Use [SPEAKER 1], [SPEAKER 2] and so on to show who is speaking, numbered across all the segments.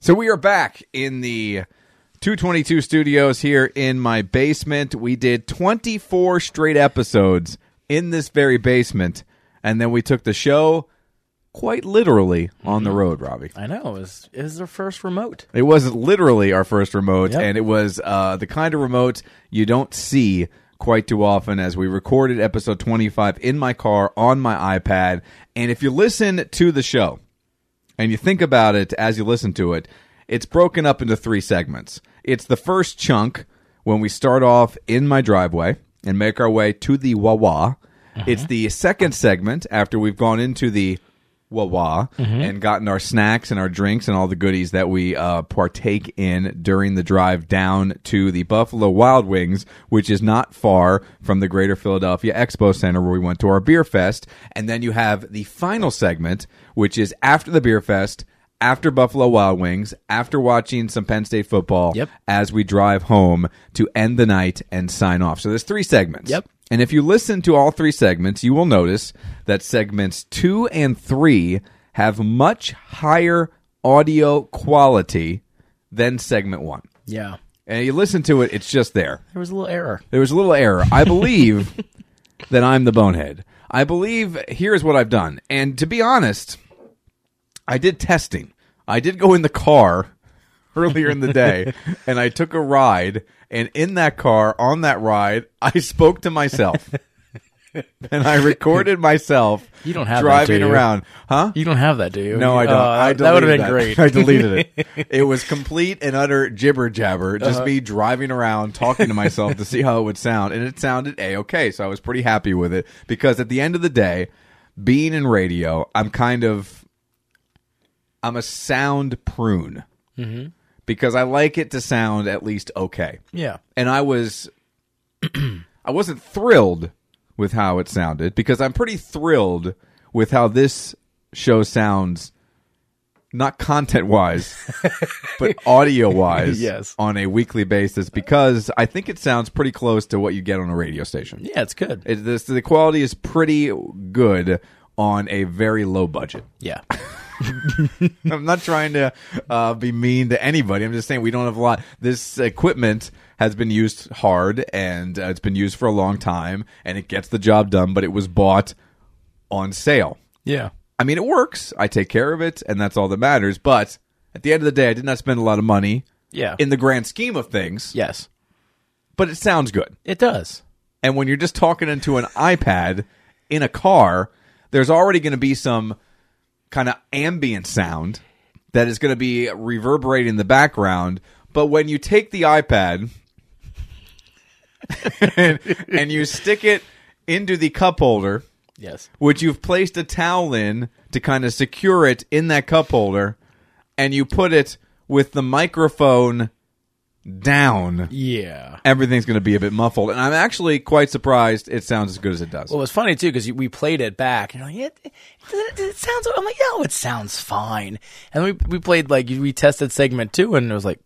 [SPEAKER 1] So we are back in the 222 studios here in my basement. We did 24 straight episodes in this very basement, and then we took the show quite literally on the road, Robbie.
[SPEAKER 2] I know. It was, it was their first remote.
[SPEAKER 1] It was literally our first remote,
[SPEAKER 2] Yep.
[SPEAKER 1] and it was uh, the kind of remote you don't see quite too often as we recorded episode 25 in my car on my iPad. And if you listen to the show and you think about it as you listen to it, it's broken up into three segments. It's the first chunk when we start off in my driveway and make our way to the Wawa. It's the second segment after we've gone into the Wawa and gotten our snacks and our drinks and all the goodies that we uh, partake in during the drive down to the Buffalo Wild Wings, which is not far from the Greater Philadelphia Expo Center where we went to our beer fest. And then you have the final segment, which is after the beer fest. After Buffalo Wild Wings, after watching some Penn State football,
[SPEAKER 2] Yep.
[SPEAKER 1] as we drive home to end the night and sign off. So there's three segments.
[SPEAKER 2] Yep.
[SPEAKER 1] And if you listen to all three segments, you will notice that segments two and three have much higher audio quality than segment one.
[SPEAKER 2] Yeah.
[SPEAKER 1] And you listen to it, it's just there.
[SPEAKER 2] There was a little error.
[SPEAKER 1] There was a little error. I believe that I'm the bonehead. I believe here's what I've done. And to be honest, I did testing. I did go in the car earlier in the day and I took a ride. And in that car, on that ride, I spoke to myself. and I recorded myself
[SPEAKER 2] You don't have that,
[SPEAKER 1] driving
[SPEAKER 2] do you?
[SPEAKER 1] around. Huh?
[SPEAKER 2] You don't have that, do you?
[SPEAKER 1] No, I don't.
[SPEAKER 2] Uh,
[SPEAKER 1] I
[SPEAKER 2] that would have
[SPEAKER 1] deleted
[SPEAKER 2] been great.
[SPEAKER 1] that. I deleted it. Uh-huh. It was complete and utter jibber jabber, just me driving around talking to myself to see how it would sound, and it sounded a okay. So I was pretty happy with it because at the end of the day, being in radio, I'm kind of I'm a sound prune Mm-hmm. because I like it to sound at least okay
[SPEAKER 2] yeah.
[SPEAKER 1] and I was I wasn't thrilled with how it sounded because I'm pretty thrilled with how this show sounds not content wise but audio wise
[SPEAKER 2] Yes.
[SPEAKER 1] on a weekly basis because I think it sounds pretty close to what you get on a radio station.
[SPEAKER 2] Yeah, it's good.
[SPEAKER 1] It, this, the quality is pretty good on a very low budget.
[SPEAKER 2] yeah.
[SPEAKER 1] I'm not trying to uh, be mean to anybody. I'm just saying we don't have a lot. This equipment has been used hard and uh, it's been used for a long time and it gets the job done, but it was bought on sale.
[SPEAKER 2] Yeah.
[SPEAKER 1] I mean, it works. I take care of it and that's all that matters. But at the end of the day, I did not spend a lot of money
[SPEAKER 2] Yeah.
[SPEAKER 1] in the grand scheme of things,
[SPEAKER 2] yes.
[SPEAKER 1] but it sounds good.
[SPEAKER 2] It does.
[SPEAKER 1] And when you're just talking into an iPad in a car, there's already going to be some kind of ambient sound that is going to be reverberating in the background. But when you take the iPad and, and you stick it into the cup holder,
[SPEAKER 2] Yes.
[SPEAKER 1] which you've placed a towel in to kind of secure it in that cup holder, and you put it with the microphone down
[SPEAKER 2] Yeah.
[SPEAKER 1] everything's going to be a bit muffled. And I'm actually quite surprised it sounds as good as it does.
[SPEAKER 2] Well, it was funny too because we played it back, and you're like, it, it, it sounds. I'm like, oh, it sounds fine. And we we played like we tested segment two, and it was like,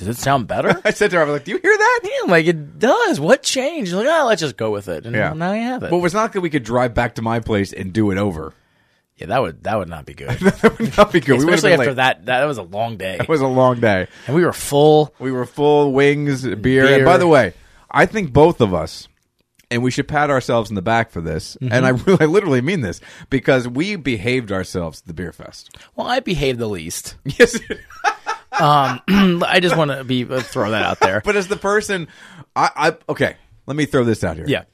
[SPEAKER 2] does it sound better?
[SPEAKER 1] I said to her, I was like, Do you hear that?
[SPEAKER 2] yeah, I'm like it does. What changed? Like, oh, let's just go with it. And
[SPEAKER 1] Yeah.
[SPEAKER 2] now you have it.
[SPEAKER 1] Well, it was not that we could drive back to my place and do it over.
[SPEAKER 2] yeah, that would that would not be good.
[SPEAKER 1] that would not be good. we would have
[SPEAKER 2] Especially
[SPEAKER 1] been
[SPEAKER 2] after
[SPEAKER 1] late.
[SPEAKER 2] that, that was a long day,
[SPEAKER 1] It was a long day.
[SPEAKER 2] and we were full.
[SPEAKER 1] We were full wings, beer. And
[SPEAKER 2] Beer.
[SPEAKER 1] by the way, I think both of us, and we should pat ourselves in the back for this,
[SPEAKER 2] Mm-hmm.
[SPEAKER 1] and I, really, I literally mean this, because we behaved ourselves at the beer fest.
[SPEAKER 2] Well, I behaved the least.
[SPEAKER 1] Yes.
[SPEAKER 2] I just want to be uh, throw that out there.
[SPEAKER 1] but as the person, I, I, okay, let me throw this out here.
[SPEAKER 2] yeah,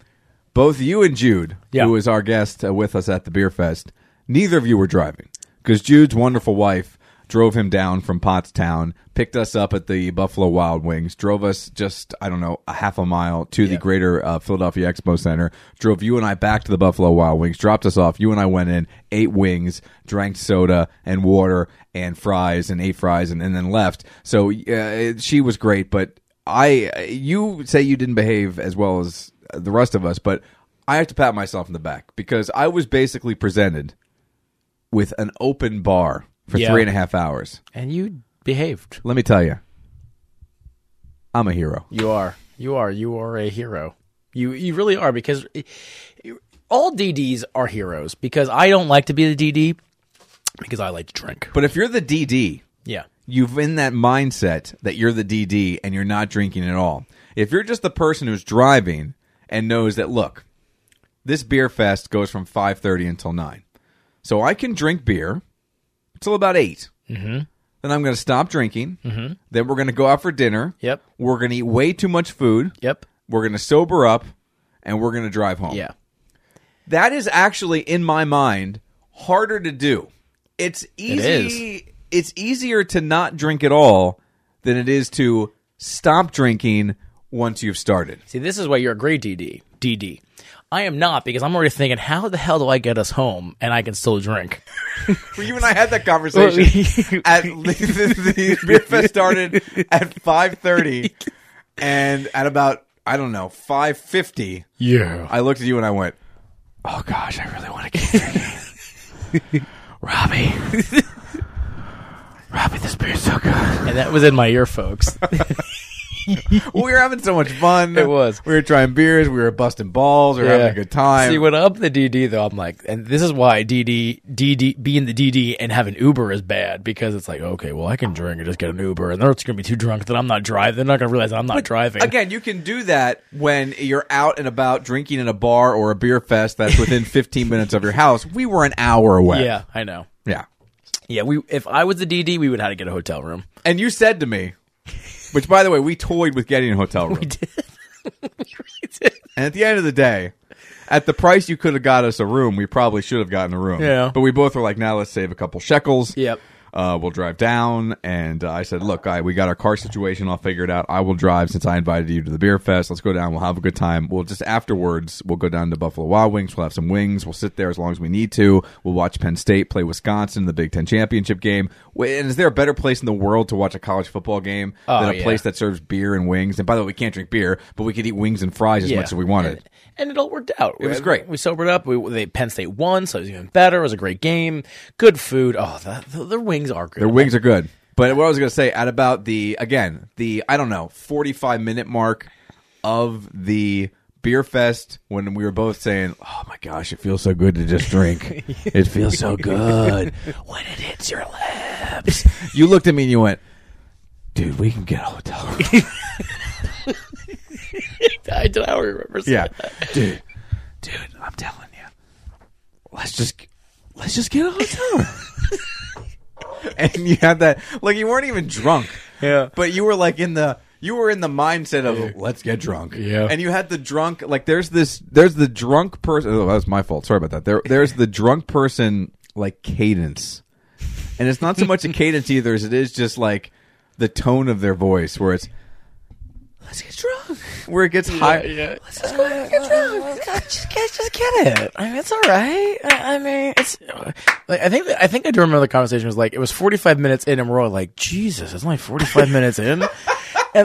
[SPEAKER 1] both you and Jude,
[SPEAKER 2] Yeah.
[SPEAKER 1] who was our guest uh, with us at the beer fest, neither of you were driving because Jude's wonderful wife drove him down from Pottstown, picked us up at the Buffalo Wild Wings, drove us just I don't know a half a mile to the Greater uh, Philadelphia Expo Center, drove you and I back to the Buffalo Wild Wings, dropped us off. You and I went in, ate wings, drank soda and water and fries and ate fries and, and then left. So uh, she was great, but I you say you didn't behave as well as the rest of us, but I have to pat myself in the back because I was basically presented with an open bar for
[SPEAKER 2] Yeah.
[SPEAKER 1] three and a half hours.
[SPEAKER 2] and you behaved.
[SPEAKER 1] Let me tell you, I'm a hero.
[SPEAKER 2] You are. You are. You are a hero. You you really are because i- i- all DDs are heroes because I don't like to be the DD because I like to drink.
[SPEAKER 1] But if you're the DD,
[SPEAKER 2] Yeah.
[SPEAKER 1] you've in that mindset that you're the DD and you're not drinking at all. If you're just the person who's driving and knows that, look, this beer fest goes from 5.30 until 9 so i can drink beer until about 8 mm-hmm. then i'm going to stop drinking mm-hmm. then we're going to go out for dinner
[SPEAKER 2] Yep.
[SPEAKER 1] we're going to eat way too much food
[SPEAKER 2] Yep.
[SPEAKER 1] we're going to sober up and we're going to drive home
[SPEAKER 2] Yeah.
[SPEAKER 1] that is actually in my mind harder to do it's easy it's easier to not drink at all than it is to stop drinking once you've started
[SPEAKER 2] See, this is why you're a great DD. DD. I am not because I'm already thinking, how the hell do I get us home and I can still drink?
[SPEAKER 1] Well, you and I had that conversation. at the, the beer fest started at five thirty, and at about I don't know five fifty,
[SPEAKER 2] Yeah.
[SPEAKER 1] I looked at you and I went, "Oh gosh, I really want to get drinking." Robbie, Robbie, this beer's so good.
[SPEAKER 2] And that was in my ear, folks.
[SPEAKER 1] We were having so much fun.
[SPEAKER 2] It was.
[SPEAKER 1] We were trying beers. We were busting balls. We were having a good time.
[SPEAKER 2] See, when I'm the DD though, I'm like, and this is why DD, DD, being the DD and having Uber is bad because it's like, okay, well, I can drink and just get an Uber, and they're just gonna be too drunk that I'm not driving. They're not gonna realize I'm not driving.
[SPEAKER 1] Again, you can do that when you're out and about drinking in a bar or a beer fest that's within 15 minutes of your house. We were an hour away.
[SPEAKER 2] yeah, I know.
[SPEAKER 1] Yeah.
[SPEAKER 2] Yeah, we. If I was the DD, we would have to get a hotel room.
[SPEAKER 1] And you said to me, which by the way, we toyed with getting a hotel room.
[SPEAKER 2] did.
[SPEAKER 1] And at the end of the day, at the price you could have got us a room, we probably should have gotten a room.
[SPEAKER 2] Yeah.
[SPEAKER 1] But we both were like, now let's save a couple shekels.
[SPEAKER 2] Yep.
[SPEAKER 1] Uh, we'll drive down. And uh, I said, look, I, we got our car situation all figured out. I will drive since I invited you to the beer fest. Let's go down. We'll have a good time. We'll just afterwards, we'll go down to Buffalo Wild Wings. We'll have some wings. We'll sit there as long as we need to. We'll watch Penn State play Wisconsin in the Big Ten championship game. Wait, And is there a better place in the world to watch a college football game
[SPEAKER 2] Oh,
[SPEAKER 1] than a
[SPEAKER 2] yeah.
[SPEAKER 1] place that serves beer and wings? And by the way, we can't drink beer, but we could eat wings and fries as
[SPEAKER 2] Yeah.
[SPEAKER 1] much as we wanted.
[SPEAKER 2] And, and it all worked out. It
[SPEAKER 1] was great.
[SPEAKER 2] We sobered up. We they Penn State won, so it was even better. It was a great game. Good food. Oh, the, the, their wings are good.
[SPEAKER 1] Their wings are good. But what I was going to say at about the again the I don't know forty five minute mark of the beer fest when we were both saying, "Oh my gosh, it feels so good to just drink. it feels so good."
[SPEAKER 2] when it hits your lips.
[SPEAKER 1] You looked at me and you went, "Dude, we can get a hotel room."
[SPEAKER 2] I did. I remember. saying
[SPEAKER 1] Yeah,
[SPEAKER 2] that.
[SPEAKER 1] dude, dude, I'm telling you, let's just let's just get a hotel. room." and you had that like you weren't even drunk,
[SPEAKER 2] Yeah.
[SPEAKER 1] but you were like in the you were in the mindset of let's get drunk,
[SPEAKER 2] Yeah.
[SPEAKER 1] And you had the drunk like there's this there's the drunk person. Oh, that was my fault. Sorry about that. There there's the drunk person like cadence, and it's not so much a cadence either as it is just like the tone of their voice where it's. Let's get drunk. Where it gets high.
[SPEAKER 2] yeah. Uh,
[SPEAKER 1] Let's just go ahead and get drunk.
[SPEAKER 2] just get, just get it. I mean, it's all right. I, I mean, it's. Like, I think I think I do remember the conversation was like it was 45 minutes in, and we're all like, Jesus, it's only 45 minutes in. And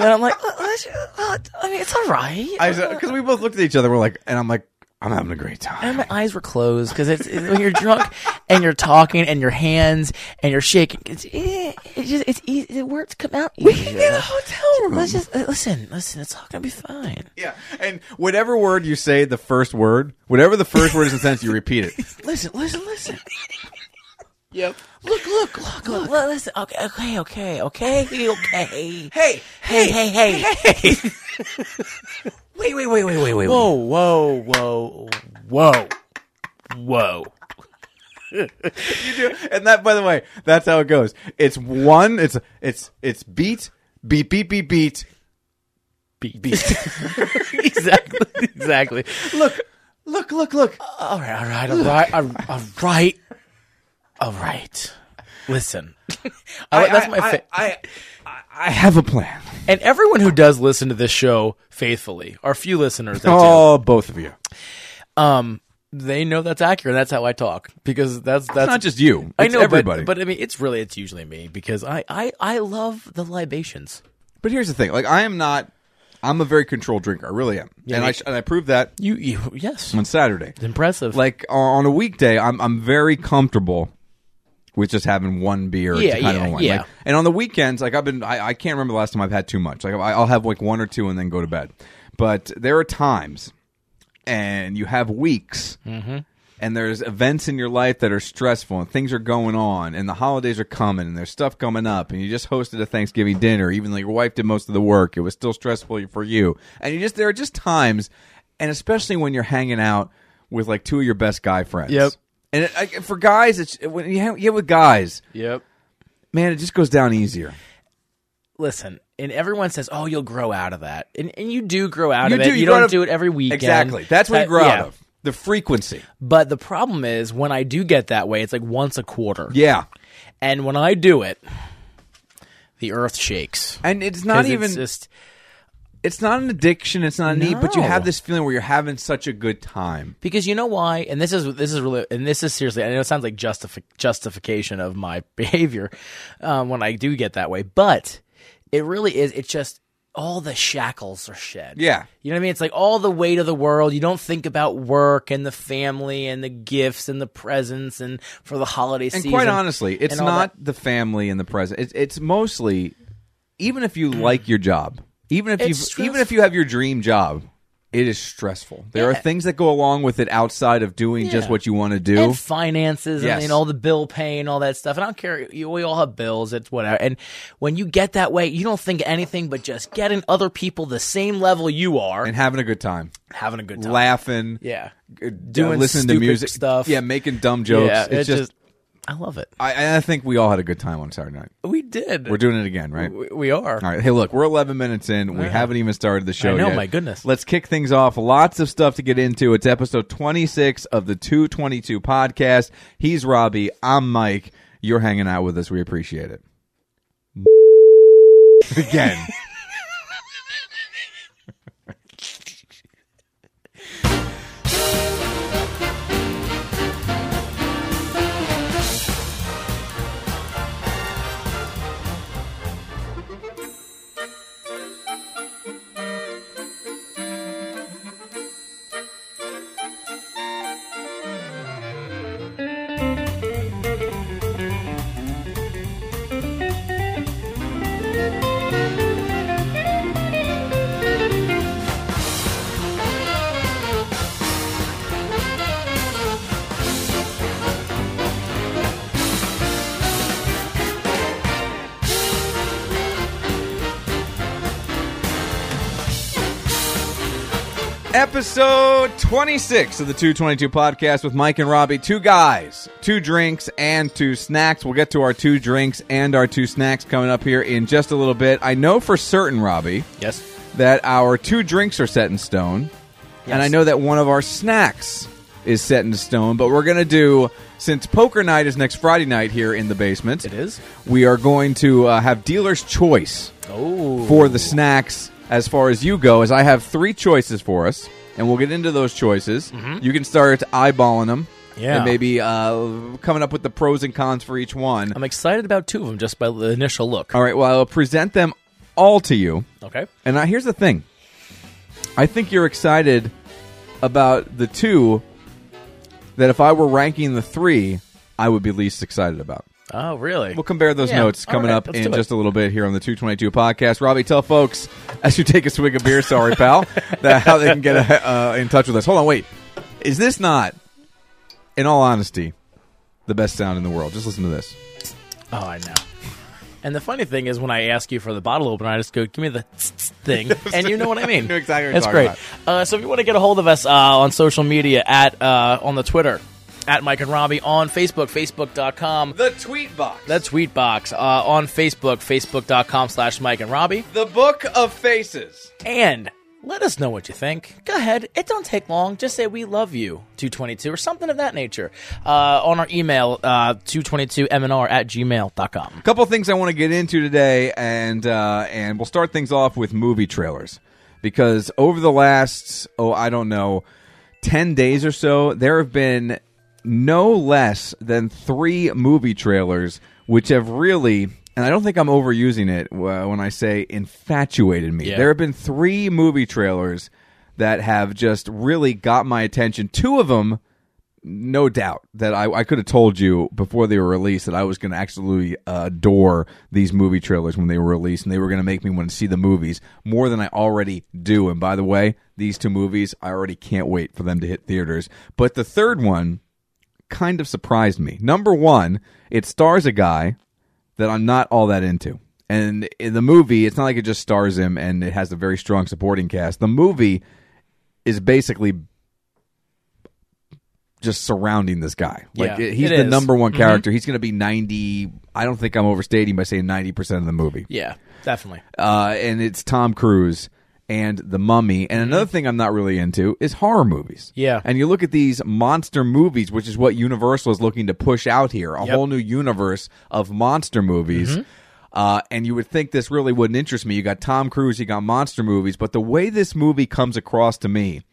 [SPEAKER 2] then I'm like, "Let- let's- uh, I mean, it's all right.
[SPEAKER 1] I because we both looked at each other. We're like, and I'm like, I'm having a great time.
[SPEAKER 2] and my eyes were closed because it's it- when you're drunk and you're talking and your hands and you're shaking. It's eh, it's just it's easy. The words come out. We
[SPEAKER 1] can get a hotel room.
[SPEAKER 2] Let's just uh, listen, listen. It's all gonna be fine.
[SPEAKER 1] Yeah, and whatever word you say, the first word, whatever the first word is in the sentence, you repeat it.
[SPEAKER 2] Listen, listen, listen. Yep. Look, look, look, look. listen. Okay, okay, okay, okay, okay.
[SPEAKER 1] Hey,
[SPEAKER 2] hey, hey, hey. Oh, wait, wait, wait, wait, wait, wait.
[SPEAKER 1] Oh,
[SPEAKER 2] Whoa, whoa, whoa, whoa, whoa.
[SPEAKER 1] and that, by the way, that's how it goes. It's one. It's it's it's beat, beat, beat, beat, beat.
[SPEAKER 2] Beat. Beat. exactly, exactly.
[SPEAKER 1] Look, look, look, look.
[SPEAKER 2] All right, all right, all right, all all right, all right. Listen, I, that's my.
[SPEAKER 1] I,
[SPEAKER 2] fa-
[SPEAKER 1] I, I, I have a plan.
[SPEAKER 2] and everyone who does listen to this show faithfully, our few listeners that do,
[SPEAKER 1] Oh, both of you. It's
[SPEAKER 2] um, they know that's accurate. That's how I talk because that's that's
[SPEAKER 1] not just you. It's
[SPEAKER 2] I know but-
[SPEAKER 1] everybody.
[SPEAKER 2] But, I mean, it's really it's usually me because I I I love the libations.
[SPEAKER 1] But here's the thing: like, I am not. I'm a very controlled drinker. I really am, and I sh- and I proved that
[SPEAKER 2] You you yes,
[SPEAKER 1] on Saturday.
[SPEAKER 2] it's impressive.
[SPEAKER 1] Like o- on a weekday, I'm I'm very comfortable with just having one beer.
[SPEAKER 2] Yeah,
[SPEAKER 1] to kind
[SPEAKER 2] yeah,
[SPEAKER 1] of unwind.
[SPEAKER 2] yeah.
[SPEAKER 1] Like, and on the weekends, like I've been, I, I can't remember the last time I've had too much. Like I- I'll have like one or two and then go to bed. But there are times, and you have weeks, and there's events in your life that are stressful and things are going on and the holidays are coming and there's stuff coming up and you just hosted a Thanksgiving dinner, even though your wife did most of the work, it was still stressful for you. And you just there are just times and especially when you're hanging out with like two of your best guy friends.
[SPEAKER 2] Yep.
[SPEAKER 1] And it, I, for guys, it's when you hang you hang with guys,
[SPEAKER 2] Yep.
[SPEAKER 1] man, it just goes down easier.
[SPEAKER 2] Listen, and everyone says, "Oh, you'll grow out of that," and and you do grow out
[SPEAKER 1] You
[SPEAKER 2] of
[SPEAKER 1] do,
[SPEAKER 2] it.
[SPEAKER 1] you
[SPEAKER 2] You
[SPEAKER 1] grow out
[SPEAKER 2] don't
[SPEAKER 1] of-
[SPEAKER 2] do it every weekend.
[SPEAKER 1] Exactly. That's what
[SPEAKER 2] That-
[SPEAKER 1] you grow
[SPEAKER 2] yeah.
[SPEAKER 1] out of. The frequency.
[SPEAKER 2] But the problem is when I do get that way, it's like once a quarter.
[SPEAKER 1] Yeah.
[SPEAKER 2] And when I do it, the earth shakes.
[SPEAKER 1] And it's not
[SPEAKER 2] 'Cause
[SPEAKER 1] even
[SPEAKER 2] it's just
[SPEAKER 1] it's not an addiction. It's not a need, but you
[SPEAKER 2] No.
[SPEAKER 1] have this feeling where you're having such a good time.
[SPEAKER 2] because you know why and this is this is really and this is seriously i know it sounds like justifi- justification of my behavior um, when i do get that way but it really is it's just all the shackles are shed
[SPEAKER 1] Yeah.
[SPEAKER 2] you know what i mean it's like all the weight of the world you don't think about work and the family and the gifts and the presents and for the holiday
[SPEAKER 1] And
[SPEAKER 2] season
[SPEAKER 1] quite honestly, it's
[SPEAKER 2] and all
[SPEAKER 1] not the family and the present. It's, it's mostly, even if you like your job, even if you
[SPEAKER 2] Mm. It's
[SPEAKER 1] even if you have your dream job, it is stressful. There are
[SPEAKER 2] Yeah.
[SPEAKER 1] things that go along with it outside of doing just
[SPEAKER 2] Yeah.
[SPEAKER 1] what you want to do.
[SPEAKER 2] and finances and,
[SPEAKER 1] Yes.
[SPEAKER 2] and all the bill paying, all that stuff. And I don't care. You, we all have bills. It's whatever. And when you get that way, you don't think anything but just getting other people the same level you are
[SPEAKER 1] and
[SPEAKER 2] and
[SPEAKER 1] having a good time,
[SPEAKER 2] having a good time.
[SPEAKER 1] laughing,
[SPEAKER 2] yeah.
[SPEAKER 1] uh,
[SPEAKER 2] Doing
[SPEAKER 1] listening to
[SPEAKER 2] stupid
[SPEAKER 1] music
[SPEAKER 2] stuff.
[SPEAKER 1] yeah, making dumb jokes.
[SPEAKER 2] Yeah.
[SPEAKER 1] it's just,
[SPEAKER 2] I love it.
[SPEAKER 1] I, and I think we all had a good time on Saturday night.
[SPEAKER 2] We did.
[SPEAKER 1] We're doing it again, right?
[SPEAKER 2] we, we are.
[SPEAKER 1] All right. Hey, look, we're 11 minutes in. We haven't even started the show
[SPEAKER 2] I know,
[SPEAKER 1] yet.
[SPEAKER 2] my goodness.
[SPEAKER 1] Let's kick things off. Lots of stuff to get into. It's episode 26 of the 222 podcast. He's Robbie. I'm Mike. You're hanging out with us. We appreciate it. Again. Episode 26 of the 222 podcast with Mike and Robbie. Two guys, two drinks, and two snacks. We'll get to our two drinks and our two snacks coming up here in just a little bit. I know for certain, Robbie,
[SPEAKER 2] Yes.
[SPEAKER 1] that our two drinks are set in stone, and I know that one of our snacks is set in stone. But we're gonna do since poker night is next Friday night here in the basement.
[SPEAKER 2] It is.
[SPEAKER 1] We are going to uh, have dealer's choice
[SPEAKER 2] Oh.
[SPEAKER 1] for the snacks as far as you go. As I have three choices for us, and we'll get into those choices. You can start eyeballing them.
[SPEAKER 2] Mm-hmm. Yeah.
[SPEAKER 1] And maybe uh, coming up with the pros and cons for each one.
[SPEAKER 2] I'm excited about two of them just by the initial look.
[SPEAKER 1] All right, well, I'll present them all to you.
[SPEAKER 2] Okay.
[SPEAKER 1] And I, here's the thing. I think you're excited about the two that if I were ranking the three, I would be least excited about.
[SPEAKER 2] Oh, really?
[SPEAKER 1] We'll compare those
[SPEAKER 2] Yeah,
[SPEAKER 1] notes
[SPEAKER 2] all
[SPEAKER 1] coming
[SPEAKER 2] right,
[SPEAKER 1] up
[SPEAKER 2] let's
[SPEAKER 1] in
[SPEAKER 2] do it.
[SPEAKER 1] just a little bit here on the 222 podcast. Robbie, tell folks as you take a swig of beer, sorry, pal, that how they can get uh, in touch with us. Hold on, wait. Is this not, in all honesty, the best sound in the world? Just listen to this.
[SPEAKER 2] Oh, I know. And the funny thing is, when I ask you for the bottle opener, I just go, "Give me the thing," and you know what I mean.
[SPEAKER 1] knew exactly what
[SPEAKER 2] That's
[SPEAKER 1] you're talking
[SPEAKER 2] great. Uh, so, if you want to get a hold of us uh, on social media at uh, on the Twitter at Mike and Robbie on Facebook, Facebook.com,
[SPEAKER 1] The tweet box.
[SPEAKER 2] the tweet box uh, on Facebook, Facebook.com slash Mike and Robbie,
[SPEAKER 1] the book of faces.
[SPEAKER 2] and let us know what you think. Go ahead. It don't take long. Just say we love you, 222, or something of that nature. Uh, on our email, uh, 222mnr at gmail.com.
[SPEAKER 1] couple things I want to get into today, and uh, and we'll start things off with movie trailers because over the last oh I don't know ten days or so there have been no less than three movie trailers which have really and I don't think I'm overusing it uh, when I say infatuated me.
[SPEAKER 2] Yeah.
[SPEAKER 1] There have been three movie trailers that have just really got my attention. Two of them no doubt that I, I could have told you before they were released that I was going to absolutely uh, adore these movie trailers when they were released, and they were going to make me want to see the movies more than I already do. And by the way, these two movies, I already can't wait for them to hit theaters. But the third one kind of surprised me. Number one, it stars a guy that I'm not all that into. And in the movie, it's not like it just stars him and it has a very strong supporting cast. The movie is basically just surrounding this guy. Like
[SPEAKER 2] Yeah,
[SPEAKER 1] it- he's
[SPEAKER 2] it
[SPEAKER 1] the
[SPEAKER 2] is. Mm-hmm.
[SPEAKER 1] number one character. He's going to be 90 I don't think I'm overstating by saying 90% of the movie
[SPEAKER 2] Yeah, definitely.
[SPEAKER 1] uh, and it's Tom Cruise and The Mummy. And another thing I'm not really into is horror movies.
[SPEAKER 2] Mm-hmm. Yeah.
[SPEAKER 1] And you look at these monster movies, which is what Universal is looking to push out here a
[SPEAKER 2] Yep. Mm-hmm.
[SPEAKER 1] whole new universe of monster movies. Uh, and you would think this really wouldn't interest me. You got Tom Cruise, you got monster movies, but the way this movie comes across to me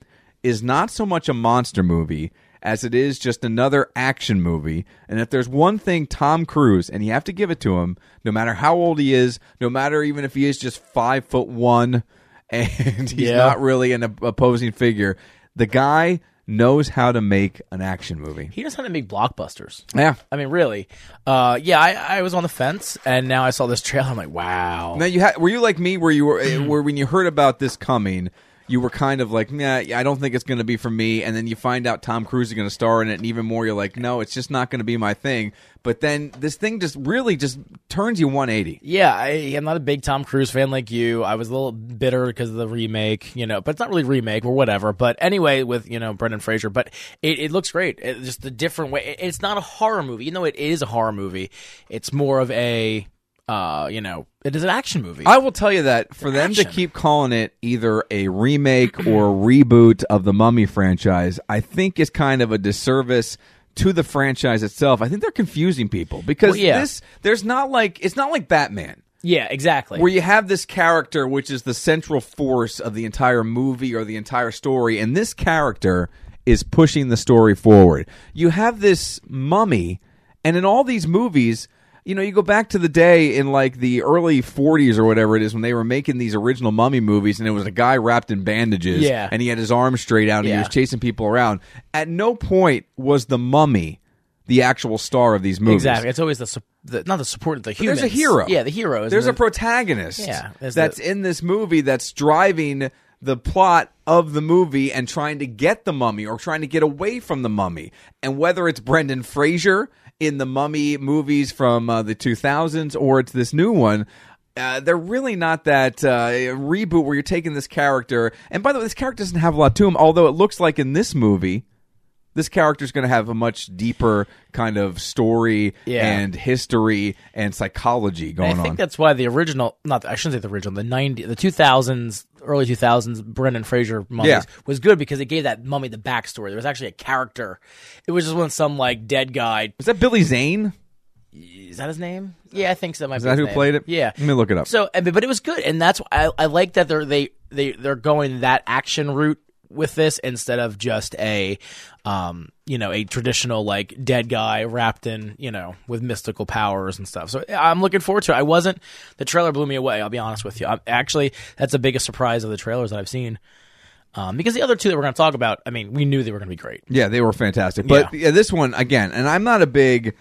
[SPEAKER 1] is not so much a monster movie as it is just another action movie. And if there's one thing Tom Cruise, and you have to give it to him, no matter how old he is, no matter even if he is just five foot one and he's
[SPEAKER 2] Yeah.
[SPEAKER 1] not really an op- opposing figure, the guy knows how to make an action movie.
[SPEAKER 2] He knows how to make blockbusters.
[SPEAKER 1] Yeah.
[SPEAKER 2] I mean, really. Uh, yeah, I, I was on the fence, and now I saw this trailer. I'm like, wow.
[SPEAKER 1] Now you ha- were you like me where you were eh, where when you heard about this coming, you were kind of like, nah, I don't think it's going to be for me. And then you find out Tom Cruise is going to star in it, and even more, you're like, no, it's just not going to be my thing. But then this thing just really just turns you 180.
[SPEAKER 2] Yeah, I, I'm not a big Tom Cruise fan like you. I was a little bitter because of the remake, you know, but it's not really remake or whatever. But anyway, with you know Brendan Fraser, but it, it looks great. It, just the different way. it- it's not a horror movie, even though it is a horror movie. It's more of a, uh, you know, it is an action movie.
[SPEAKER 1] I will tell you that for them to
[SPEAKER 2] Action.
[SPEAKER 1] keep calling it either a remake or a reboot of the Mummy franchise, I think is kind of a disservice to the franchise itself. I think they're confusing people because
[SPEAKER 2] Well, yeah.
[SPEAKER 1] this there's not like it's not like Batman.
[SPEAKER 2] yeah, exactly.
[SPEAKER 1] where you have this character which is the central force of the entire movie or the entire story and this character is pushing the story forward you have this mummy and in all these movies you know you go back to the day in like the early 40s or whatever it is when they were making these original mummy movies and it was a guy wrapped in bandages
[SPEAKER 2] Yeah.
[SPEAKER 1] and he had his arms straight out and he
[SPEAKER 2] Yeah.
[SPEAKER 1] was chasing people around at no point was the mummy the actual star of these movies
[SPEAKER 2] exactly. It's always the, su- the not the support the humans.
[SPEAKER 1] there's a hero.
[SPEAKER 2] Yeah, the hero. is
[SPEAKER 1] There's a protagonist.
[SPEAKER 2] Yeah, there's
[SPEAKER 1] that's in this movie that's driving the plot of the movie and trying to get the mummy or trying to get away from the mummy. And whether it's Brendan Fraser in the mummy movies from uh, the 2000s or it's this new one. Uh, they're really not that uh, reboot where you're taking this character. And by the way, this character doesn't have a lot to him, although it looks like in this movie, this character's going to have a much deeper kind of story
[SPEAKER 2] Yeah.
[SPEAKER 1] and history and psychology going
[SPEAKER 2] I
[SPEAKER 1] on.
[SPEAKER 2] think that's why the original, not I shouldn't say the original, the ninety, the two thousands, early two thousands, Brendan Fraser mummies
[SPEAKER 1] Yeah.
[SPEAKER 2] was good because it gave that mummy the backstory. There was actually a character. It was just when some like dead guy
[SPEAKER 1] Was that Billy Zane?
[SPEAKER 2] is that his name? Yeah, I think so. That might
[SPEAKER 1] Is that who played it?
[SPEAKER 2] Yeah,
[SPEAKER 1] Let me look it up.
[SPEAKER 2] So, I mean, but it was good, and that's why I, I like that they're they they they're going that action route with this instead of just a, um, you know, a traditional like dead guy wrapped in you know with mystical powers and stuff. So eh, I'm looking forward to it. I wasn't the trailer blew me away. I'll be honest with you. I'm, actually, that's the biggest surprise of the trailers that I've seen. Um, because the other two that we're going to talk about, I mean, we knew they were going to be great.
[SPEAKER 1] Yeah, they were fantastic. But yeah. this one again, and I'm not a big,